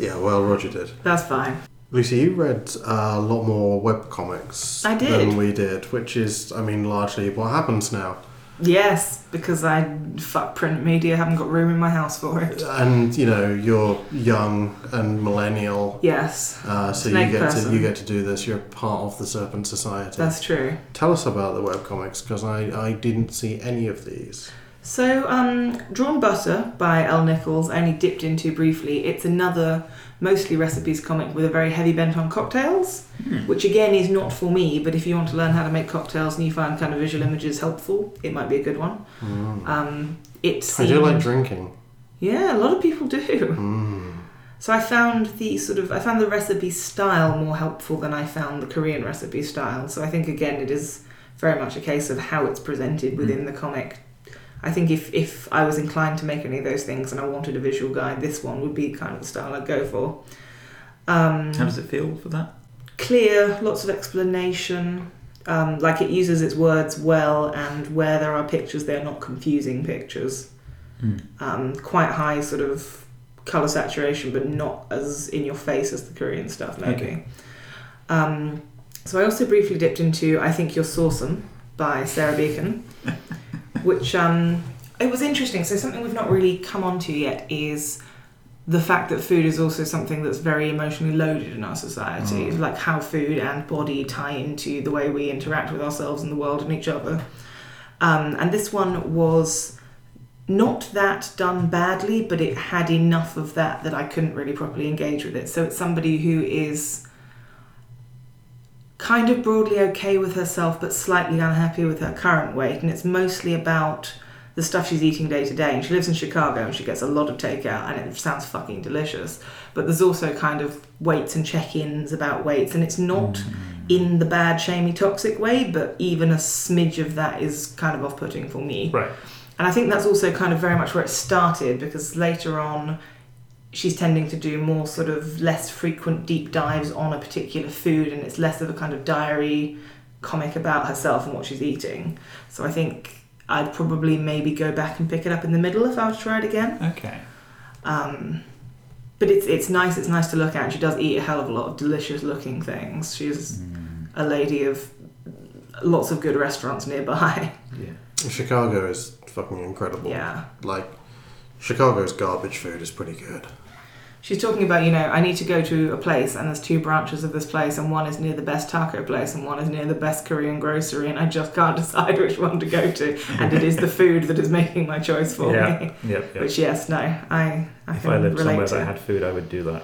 Yeah, well, Roger did. that's fine. Lucy, you read uh, a lot more web comics I did. than we did, which is, I mean, largely what happens now. Yes, because I fuck print media, haven't got room in my house for it. And you know, you're young and millennial, Yes, uh, so you Snake get to person. you get to do this. You're part of the Serpent Society. that's true. Tell us about the web comics because I, I didn't see any of these. So, um, Drawn Butter by L. Nichols, I only dipped into briefly. It's another mostly recipes comic with a very heavy bent on cocktails, which again is not for me, but if you want to learn how to make cocktails and you find kind of visual images helpful, it might be a good one. Um, it Mm. I do like seemed- drinking. Mm. Yeah, a lot of people do. [laughs] So I found the sort of I found the recipe style more helpful than I found the Korean recipe style. So I think again it is very much a case of how it's presented within the comic. I think if if I was inclined to make any of those things and I wanted a visual guide, this one would be kind of the style I'd go for. Um, How does it feel for that? clear, lots of explanation. um, like it uses its words well, and where there are pictures, they're not confusing pictures. Hmm. Um, quite high sort of color saturation, but not as in your face as the Korean stuff, maybe. Okay. Um, so I also briefly dipped into I Think You're Sawsome by Sarah Beacon, which um, it was interesting. So something we've not really come onto yet is the fact that food is also something that's very emotionally loaded in our society, like how food and body tie into the way we interact with ourselves and the world and each other. Um, and this one was not that done badly, but it had enough of that that I couldn't really properly engage with it. So it's somebody who is kind of broadly okay with herself, but slightly unhappy with her current weight. And it's mostly about the stuff she's eating day to day. And she lives in Chicago and she gets a lot of takeout and it sounds fucking delicious. But there's also kind of weights and check ins about weights. And it's not in the bad, shamey, toxic way, but even a smidge of that is kind of off putting for me. Right. And I think that's also kind of very much where it started because later on she's tending to do more sort of less frequent deep dives on a particular food and it's less of a kind of diary comic about herself and what she's eating. So I think I'd probably maybe go back and pick it up in the middle if I were to try it again. Okay. Um, but it's it's nice, it's nice to look at. She does eat a hell of a lot of delicious looking things. She's a lady of lots of good restaurants nearby. [laughs] Yeah. Chicago is fucking incredible. yeah. Like, Chicago's garbage food is pretty good. She's talking about, you know, I need to go to a place and there's two branches of this place and one is near the best taco place and one is near the best Korean grocery and I just can't [laughs] decide which one to go to and it [laughs] is the food that is making my choice for yeah. me. Yeah. yeah. Which yes, no, I, I if can I lived relate somewhere to. that had food, I would do that.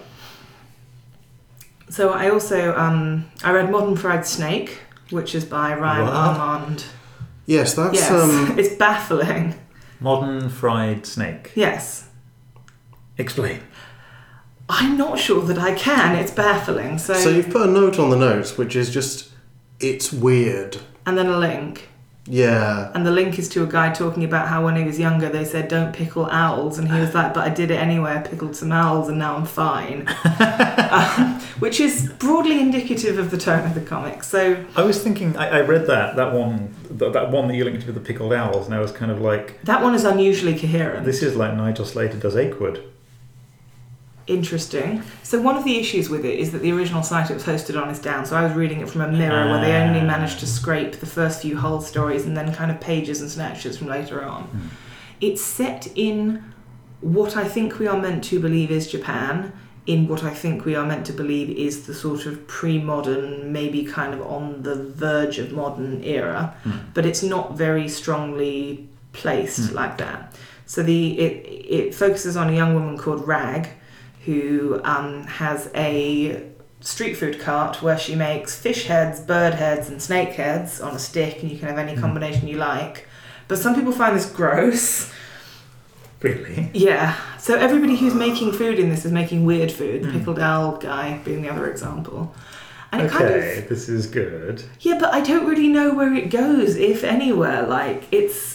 So I also um, I read Modern Fried Snake, which is by Ryan What? Armand. Yes, that's Yes, um. it's baffling. Modern fried snake. Yes. Explain. I'm not sure that I can. It's baffling. [laughs] So, So you've put a note on the notes, which is just, it's weird. and then a link. Yeah. And the link is to a guy talking about how when he was younger they said don't pickle owls, and he was like, "But I did it anyway. I pickled some owls, and now I'm fine," um, which is broadly indicative of the tone of the comic. So I was thinking. I, I read that that one that, that one that you linked with the pickled owls, and I was kind of like, that one is unusually coherent. this is like Nigel Slater does Akewood. Interesting. So one of the issues with it is that the original site it was hosted on is down. So I was reading it from a mirror where they only managed to scrape the first few whole stories and then kind of pages and snatches from later on. It's set in what I think we are meant to believe is Japan, in what I think we are meant to believe is the sort of pre-modern, maybe kind of on the verge of modern era, but it's not very strongly placed like that. So the it it focuses on a young woman called Rag, who um, has a street food cart where she makes fish heads, bird heads, and snake heads on a stick, and you can have any combination you like. But some people find this gross. Really? Yeah. So everybody who's making food in this is making weird food. The pickled owl guy being the other example. And it kind of Okay, this is good. yeah, but I don't really know where it goes, if anywhere. Like, it's.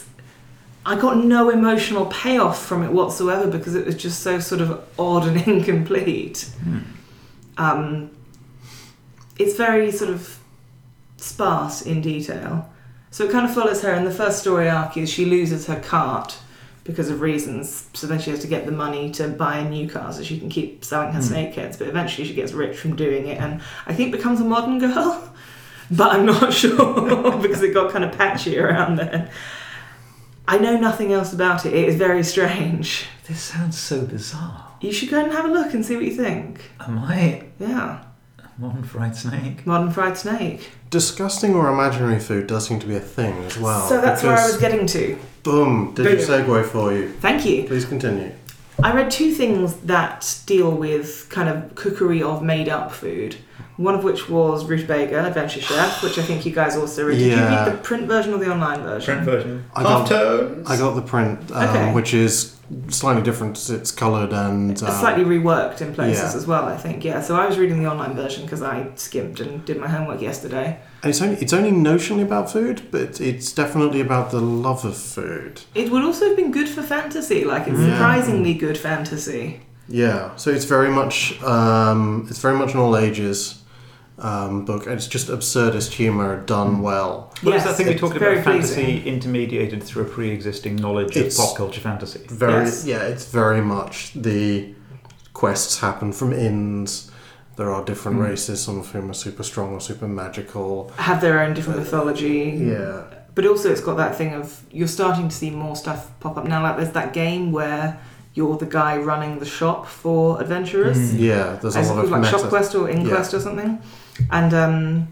I got no emotional payoff from it whatsoever because it was just so sort of odd and [laughs] incomplete. Um, it's very sort of sparse in detail. So it kind of follows her, and the first story arc is she loses her cart because of reasons, so then she has to get the money to buy a new car so she can keep selling her snakeheads, but eventually she gets rich from doing it and I think becomes a modern girl [laughs] but I'm not [laughs] sure because it got kind of patchy around then. I know nothing else about it. It is very strange. This sounds so bizarre. You should go and have a look and see what you think. Am I Yeah, a modern fried snake? modern fried snake. Disgusting or imaginary food does seem to be a thing as well. so that's where I because- was getting to. Boom! Did you Boom. segue for you? Thank you. Please continue. I read two things that deal with kind of cookery of made up food. One of which was Rutabaga Adventure Chef, which I think you guys also read. Did Yeah. you read the print version or the online Shrimp version? version. I got- tones. I got the print, um, Okay. which is slightly different. It's coloured and um, It's slightly reworked in places yeah. as well, I think. Yeah, so I was reading the online version because I skimped and did my homework yesterday. and it's only it's only notionally about food, but it's definitely about the love of food. It would also have been good for fantasy. Like it's Yeah. surprisingly good fantasy. Yeah, so it's very much um, it's very much in all ages. um, book. It's just absurdist humor Mm. done well. What is Yes, that thing we it's talked very about? Fantasy pleasing. intermediated through a pre-existing knowledge It's- of pop culture fantasy. Very Yes. yeah, it's very much the quests happen from inns. There are different Mm. races, some of whom are super strong or super magical. have their own different mythology. Yeah. But also, it's got that thing of you're starting to see more stuff pop up now. Like there's that game where you're the guy running the shop for adventurers. Mm. Yeah, there's a It's lot of like meta. shop quest or inquest or something and um,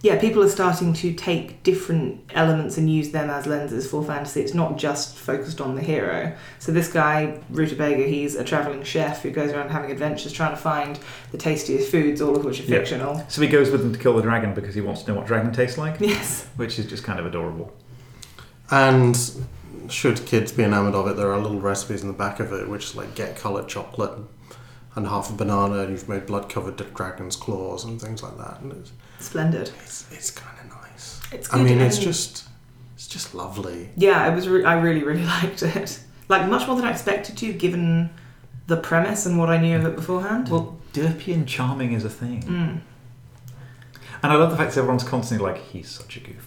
yeah people are starting to take different elements and use them as lenses for fantasy it's not just focused on the hero so this guy rutabaga he's a traveling chef who goes around having adventures trying to find the tastiest foods all of which are Yeah. fictional [laughs] So he goes with them to kill the dragon because he wants to know what dragon tastes like, yes which is just kind of adorable. And should kids be enamored of it, there are little recipes in the back of it, which is like get coloured chocolate and half a banana, and you've made blood covered dragon's claws and things like that. And it's splendid it's, it's kind of nice. it's I mean, it's and- just it's just lovely. yeah it was re- i really [laughs] really liked it like much more than i expected to given the premise and what i knew of it beforehand Well, derpy and charming is a thing, Mm. and I love the fact that everyone's constantly like, "He's such a goofball."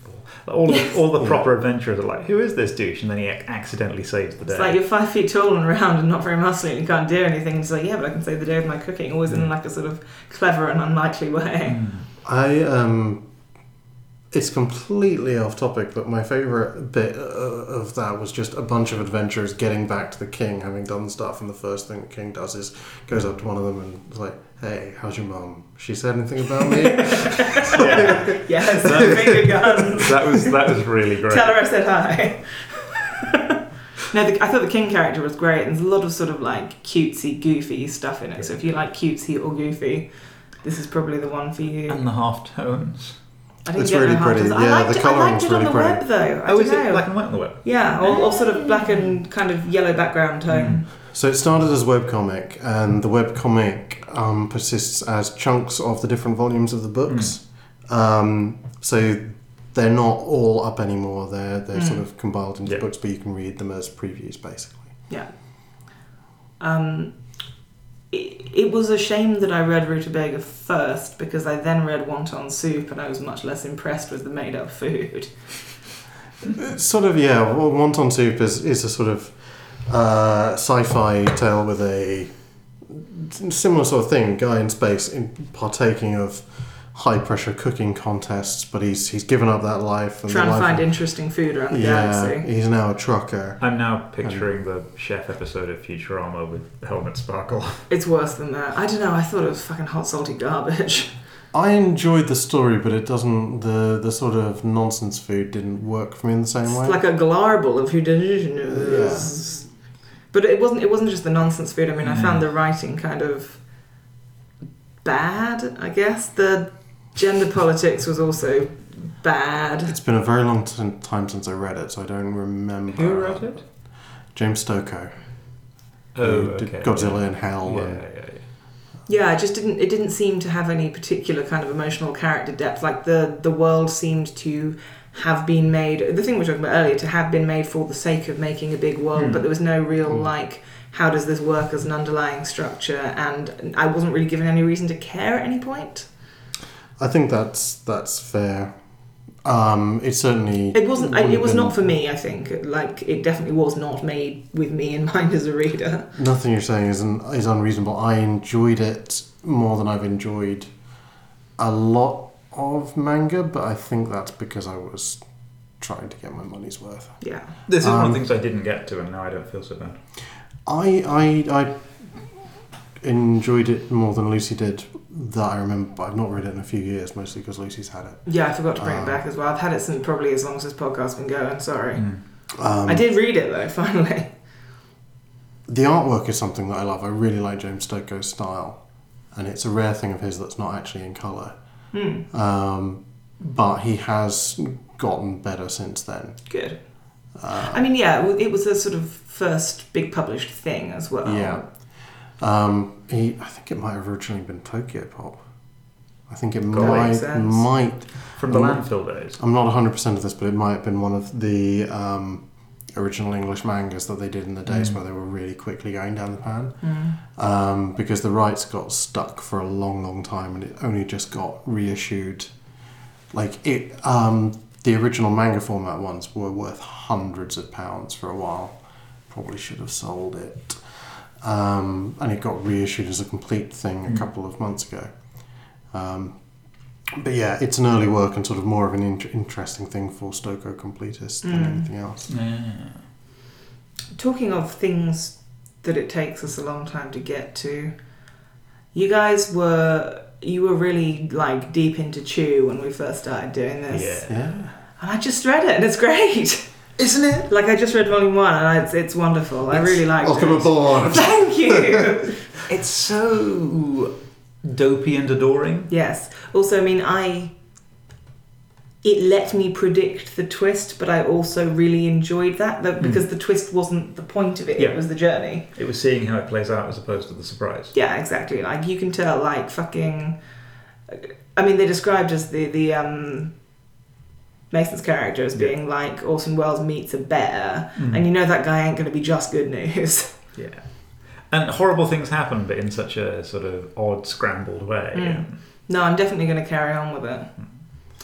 Like, all the, all [laughs] the Yeah. proper adventurers are like, "Who is this douche?" And then he ac- accidentally saves the day. It's like you're five feet tall and round and not very muscly and you can't do anything. It's like, yeah, but I can save the day with my cooking, always in like a sort of clever and unlikely way. Mm. I um, it's completely off topic, but my favorite bit uh, of that was just a bunch of adventurers getting back to the king, having done stuff, and the first thing the king does is goes up to one of them and is like, "Hey, how's your mum? She said anything about [laughs] me?" Mm. [laughs] Yeah. Yes, [laughs] finger guns. that was that was really great. Tell her I said hi. [laughs] no, the, I thought the king character was great, and there's a lot of sort of like cutesy, goofy stuff in it. So if you like cutesy or goofy, this is probably the one for you. And the half tones. I didn't It's get really no hard pretty. times. I Yeah, liked the it, I colouring was liked it on really the web though. I oh, don't is know. it Mm. black and white on the web? yeah, all, all sort of black and kind of yellow background Mm. tone. So it started as a webcomic, and the webcomic um, persists as chunks of the different volumes of the books. Um, so they're not all up anymore. They're they're Mm. sort of compiled into Yeah. books, but you can read them as previews, basically. Mm. um, it, it was a shame that I read Rutabaga first because I then read Wonton Soup and I was much less impressed with the made up food. It's sort of yeah. Well, wonton soup is is a sort of uh, sci-fi tale with a similar sort of thing. Guy in space in partaking of high pressure cooking contests, but he's he's given up that life and Trying the to life find interesting food around the Yeah, galaxy. he's now a trucker. I'm now picturing the chef episode of Futurama with helmet sparkle. It's worse than that. I don't know, I thought it was fucking hot, salty garbage. I enjoyed the story, but it doesn't. The the sort of nonsense food didn't work for me in the same It's way. like a glarble of who did it. But it wasn't. It wasn't just the nonsense food. I mean, I Mm. found the writing kind of bad. I guess the gender politics was also bad. it's been a very long t- time since I read it, so I don't remember. [laughs] Who wrote it? James Stokoe. Oh, who did okay. Godzilla in Hell. Yeah, and- yeah, yeah. Yeah, it just didn't. It didn't seem to have any particular kind of emotional character depth. Like the the world seemed to have been made. The thing we were talking about earlier to have been made for the sake of making a big world, Hmm. but there was no real Hmm. like. How does this work as an underlying structure? And I wasn't really given any reason to care at any point. I think that's that's fair. Um, it certainly. It wasn't. I, wouldn't it was have not for me. I think. Like it definitely was not made with me in [laughs] mind as a reader. been- Nothing you're saying is un, is unreasonable. I enjoyed it more than I've enjoyed a lot of manga, but I think that's because I was trying to get my money's worth. Yeah. This is one Um, of the things I didn't get to, and now I don't feel so bad. I I I enjoyed it more than Lucy did. That I remember, but I've not read it in a few years, mostly because Lucy's had it. Yeah, I forgot to bring Ah. it back as well. I've had it since probably as long as this podcast's been going. Sorry. Um, I did read it though. [laughs] Finally. The artwork is something that I love. I really like James Stokoe's style, and it's a rare thing of his that's not actually in color. Hmm. Um, but he has gotten better since then. Good. Uh, I mean, yeah, it wa- it was a sort of first big published thing as well. yeah. Um, he, I think it might have originally been Tokyo Pop. I think it That makes might sense. might From the Mm. landfill days. I'm not 100% of this, but it might have been one of the um, original English mangas that they did in the days Mm. where they were really quickly going down the pan Mm. um, because the rights got stuck for a long, long time, and it only just got reissued. Like it, um, the original manga format ones were worth hundreds of pounds for a while. Probably should have sold it, um, and it got reissued as a complete thing a Mm. couple of months ago. Um, but yeah, it's an early work and sort of more of an in- interesting thing for Stoko completists than Mm. anything else. Talking of things that it takes us a long time to get to, you guys were you were really like deep into Chew when we first started doing this. Yeah. Yeah, And I just read it and it's [laughs] great. isn't it? Like I just read volume one and I, it's, it's wonderful. I really liked Welcome it. aboard. [laughs] Thank you. It's so dopey and adoring. yes. Also, I mean, I it let me predict the twist, but I also really enjoyed that that- because the twist wasn't the point of it. Hmm. Yeah. It was the journey. It was seeing how it plays out as opposed to the surprise. Yeah, exactly. Like you can tell, like fucking. I mean, they described as the the um, Mason's character as Yeah. being like Orson Welles meets a bear, Mm. and you know that guy ain't going to be just good news. [laughs] Yeah. And horrible things happen, but in such a sort of odd, scrambled way. Mm. no, I'm definitely going to carry on with it. Hmm.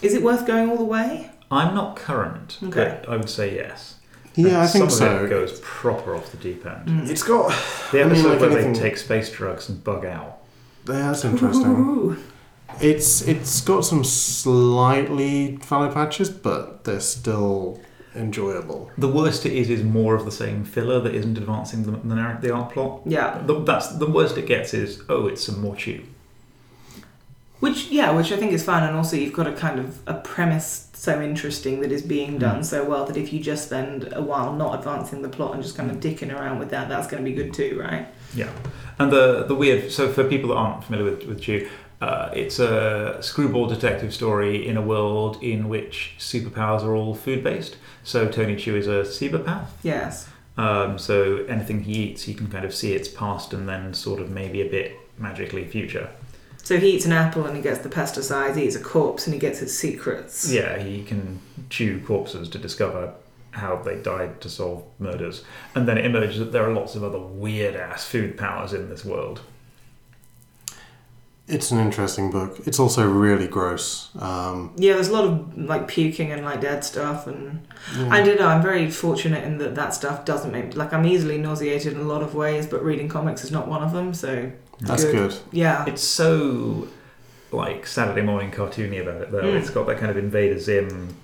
Is it worth going all the way? I'm not current, Okay. but I would say yes. Yeah, And I think some Of so. it goes proper off the deep end. It's got The I mean, episode like where anything- they take space drugs and bug out. Yeah, That's interesting. Ooh. It's it's got some slightly fallow patches, but they're still enjoyable. The worst it is is more of the same filler that isn't advancing the, the, narr- the art plot. Yeah, The, that's the worst it gets is oh, it's some more chew. which yeah, which I think is fun, and also you've got a kind of a premise so interesting that is being done so well that if you just spend a while not advancing the plot and just kind of dicking around with that, that's going to be good too, right? Yeah, and the the weird. So for people that aren't familiar with with Chew, uh, it's a screwball detective story in a world in which superpowers are all food based. So Tony Chew is a cebopath. Yes. Um, so anything he eats, he can kind of see its past and then sort of maybe a bit magically future. So he eats an apple and he gets the pesticides, he eats a corpse and he gets his secrets. Yeah, he can chew corpses to discover how they died to solve murders, and then it emerges that there are lots of other weird ass food powers in this world. It's an interesting book. It's also really gross. Um, Yeah, there's a lot of like puking and like dead stuff, and yeah. I don't know. I'm very fortunate in that that stuff doesn't make like I'm easily nauseated in a lot of ways, but reading comics is not one of them. So That's good. yeah, It's so like Saturday morning cartoony about it though. Mm. It's got that kind of Invader Zim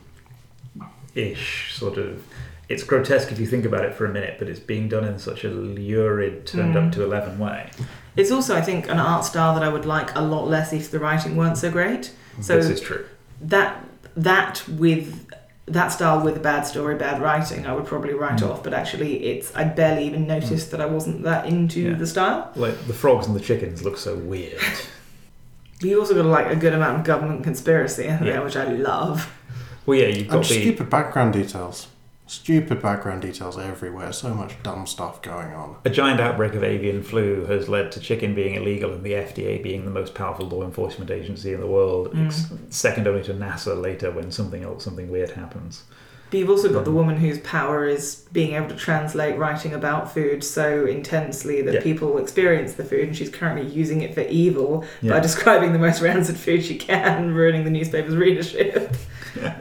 ish sort of. It's grotesque if you think about it for a minute, but it's being done in such a lurid, turned Mm. up to eleven way. It's also, I think, an art style that I would like a lot less if the writing weren't so great. So this is true. that that with that style with a bad story, bad writing, I would probably write Mm. off. But actually, it's I barely even noticed that I wasn't that into Hmm. Yeah. the style. Like the frogs and the chickens look so weird. You also got like a good amount of government conspiracy in there, Yeah. which I love. well, yeah, you've And got the stupid background details. Stupid background details everywhere. So much dumb stuff going on. a giant outbreak of avian flu has led to chicken being illegal and the FDA being the most powerful law enforcement agency in the world, Mm. ex- second only to NASA later when something else, something weird happens. But you've also Hmm. got the woman whose power is being able to translate writing about food so intensely that Yeah. people experience the food, and she's currently using it for evil by Yeah. describing the most rancid food she can, [laughs] ruining the newspaper's [laughs] readership.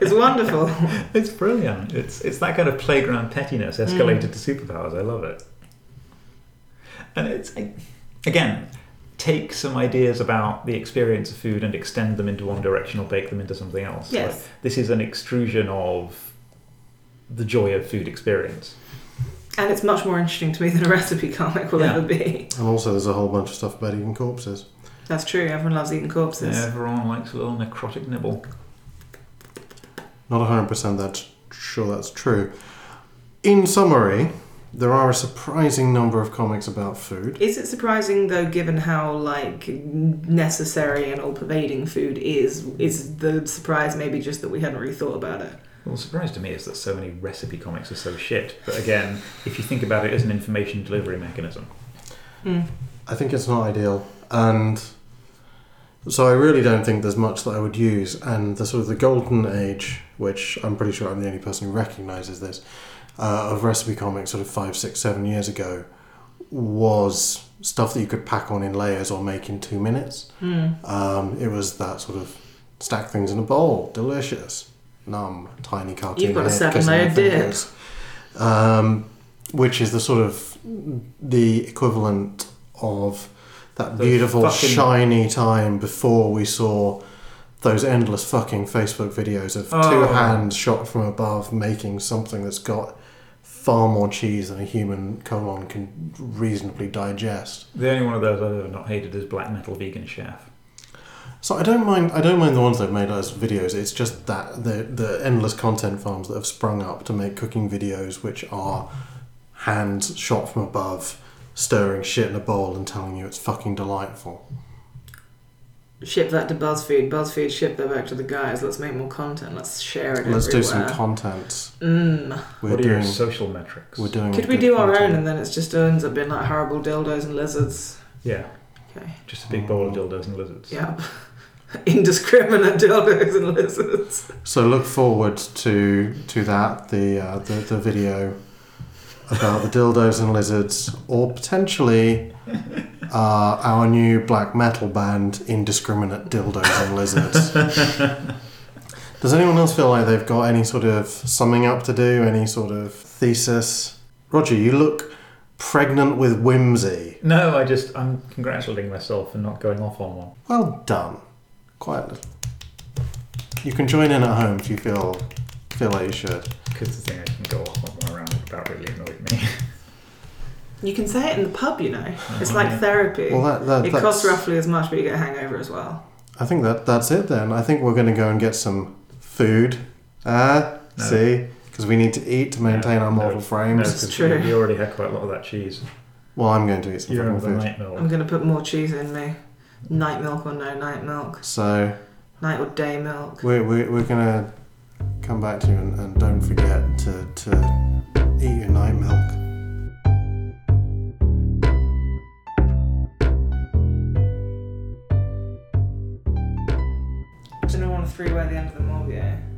It's wonderful. It's brilliant. It's it's that kind of playground pettiness Mm. escalated to superpowers. I love it. And it's I- again, take some ideas about the experience of food and extend them into one direction or bake them into something else. Yes. Like, this is an extrusion of the joy of food experience. And it's much more interesting to me than a [laughs] recipe comic will Yeah. ever be. And also, there's a whole bunch of stuff about eating corpses. That's true, everyone loves eating corpses. Everyone likes a little necrotic nibble. Not 100% that's sure that's true. In summary, there are a surprising number of comics about food. Is it surprising though, given how like necessary and all-pervading food is? Is the surprise maybe just that we hadn't really thought about it? Well, the surprise to me is that so many recipe comics are so shit. But again, if you think about it as an information delivery mechanism, Mm. I think it's not ideal, and so I really don't think there's much that I would use. And the sort of the golden age, which I'm pretty sure I'm the only person who recognises this, uh, of recipe comics, sort of five, six, seven years ago, was stuff that you could pack on in layers or make in two minutes. Um, it was that sort of stack things in a bowl, delicious, numb, tiny cartoon. You've got a head seven kissing layer your dip. fingers. Um, which is the sort of the equivalent of that The beautiful fucking- shiny time before we saw those endless fucking Facebook videos of Oh. two hands shot from above making something that's got far more cheese than a human colon can reasonably digest. The only one of those I've ever not hated is Black Metal Vegan Chef. So I don't mind. I don't mind the ones they've made as videos. It's just that the the endless content farms that have sprung up to make cooking videos, which are hands shot from above, stirring shit in a bowl and telling you it's fucking delightful. Ship that to BuzzFeed. BuzzFeed, ship that back to the guys. Let's make more content. Let's share it. Let's do some everywhere. content. Mm. We're what are doing. your social metrics? we're doing. Could a we good do our own content. and then it just ends up being like horrible dildos and lizards? yeah, Okay. just a big bowl of dildos and lizards. Yep. [laughs] Indiscriminate dildos and lizards. So look forward to to that the uh, the, the video about the dildos and lizards, or potentially uh, our new black metal band, Indiscriminate Dildos and Lizards. Does anyone else feel like they've got any sort of summing up to do? Any sort of thesis? Roger, you look pregnant with whimsy. No, I just I'm congratulating myself for not going off on one. Well done. Quite a little. You can join in at home if you feel feel like you should. Because the thing I didn't go off on one around about really annoyed me. You can say it in the pub, you know. [laughs] It's like therapy. Well, that, that it that's- costs roughly as much, but you get a hangover as well. I think that that's it then. I think we're going to go and get some food. Ah, No. see, because we need to eat to maintain No, our mortal no, frames. That's 'cause true. You, you already had quite a lot of that cheese. Well, I'm going to eat some You're fucking on the food. night milk. I'm going to put more cheese in me. Night milk or no night milk. So Night or day milk. we're, we're, we're going to come back to you and, and don't forget to, to eat your night milk. Do you know on a three way the end of the morgue? Yeah.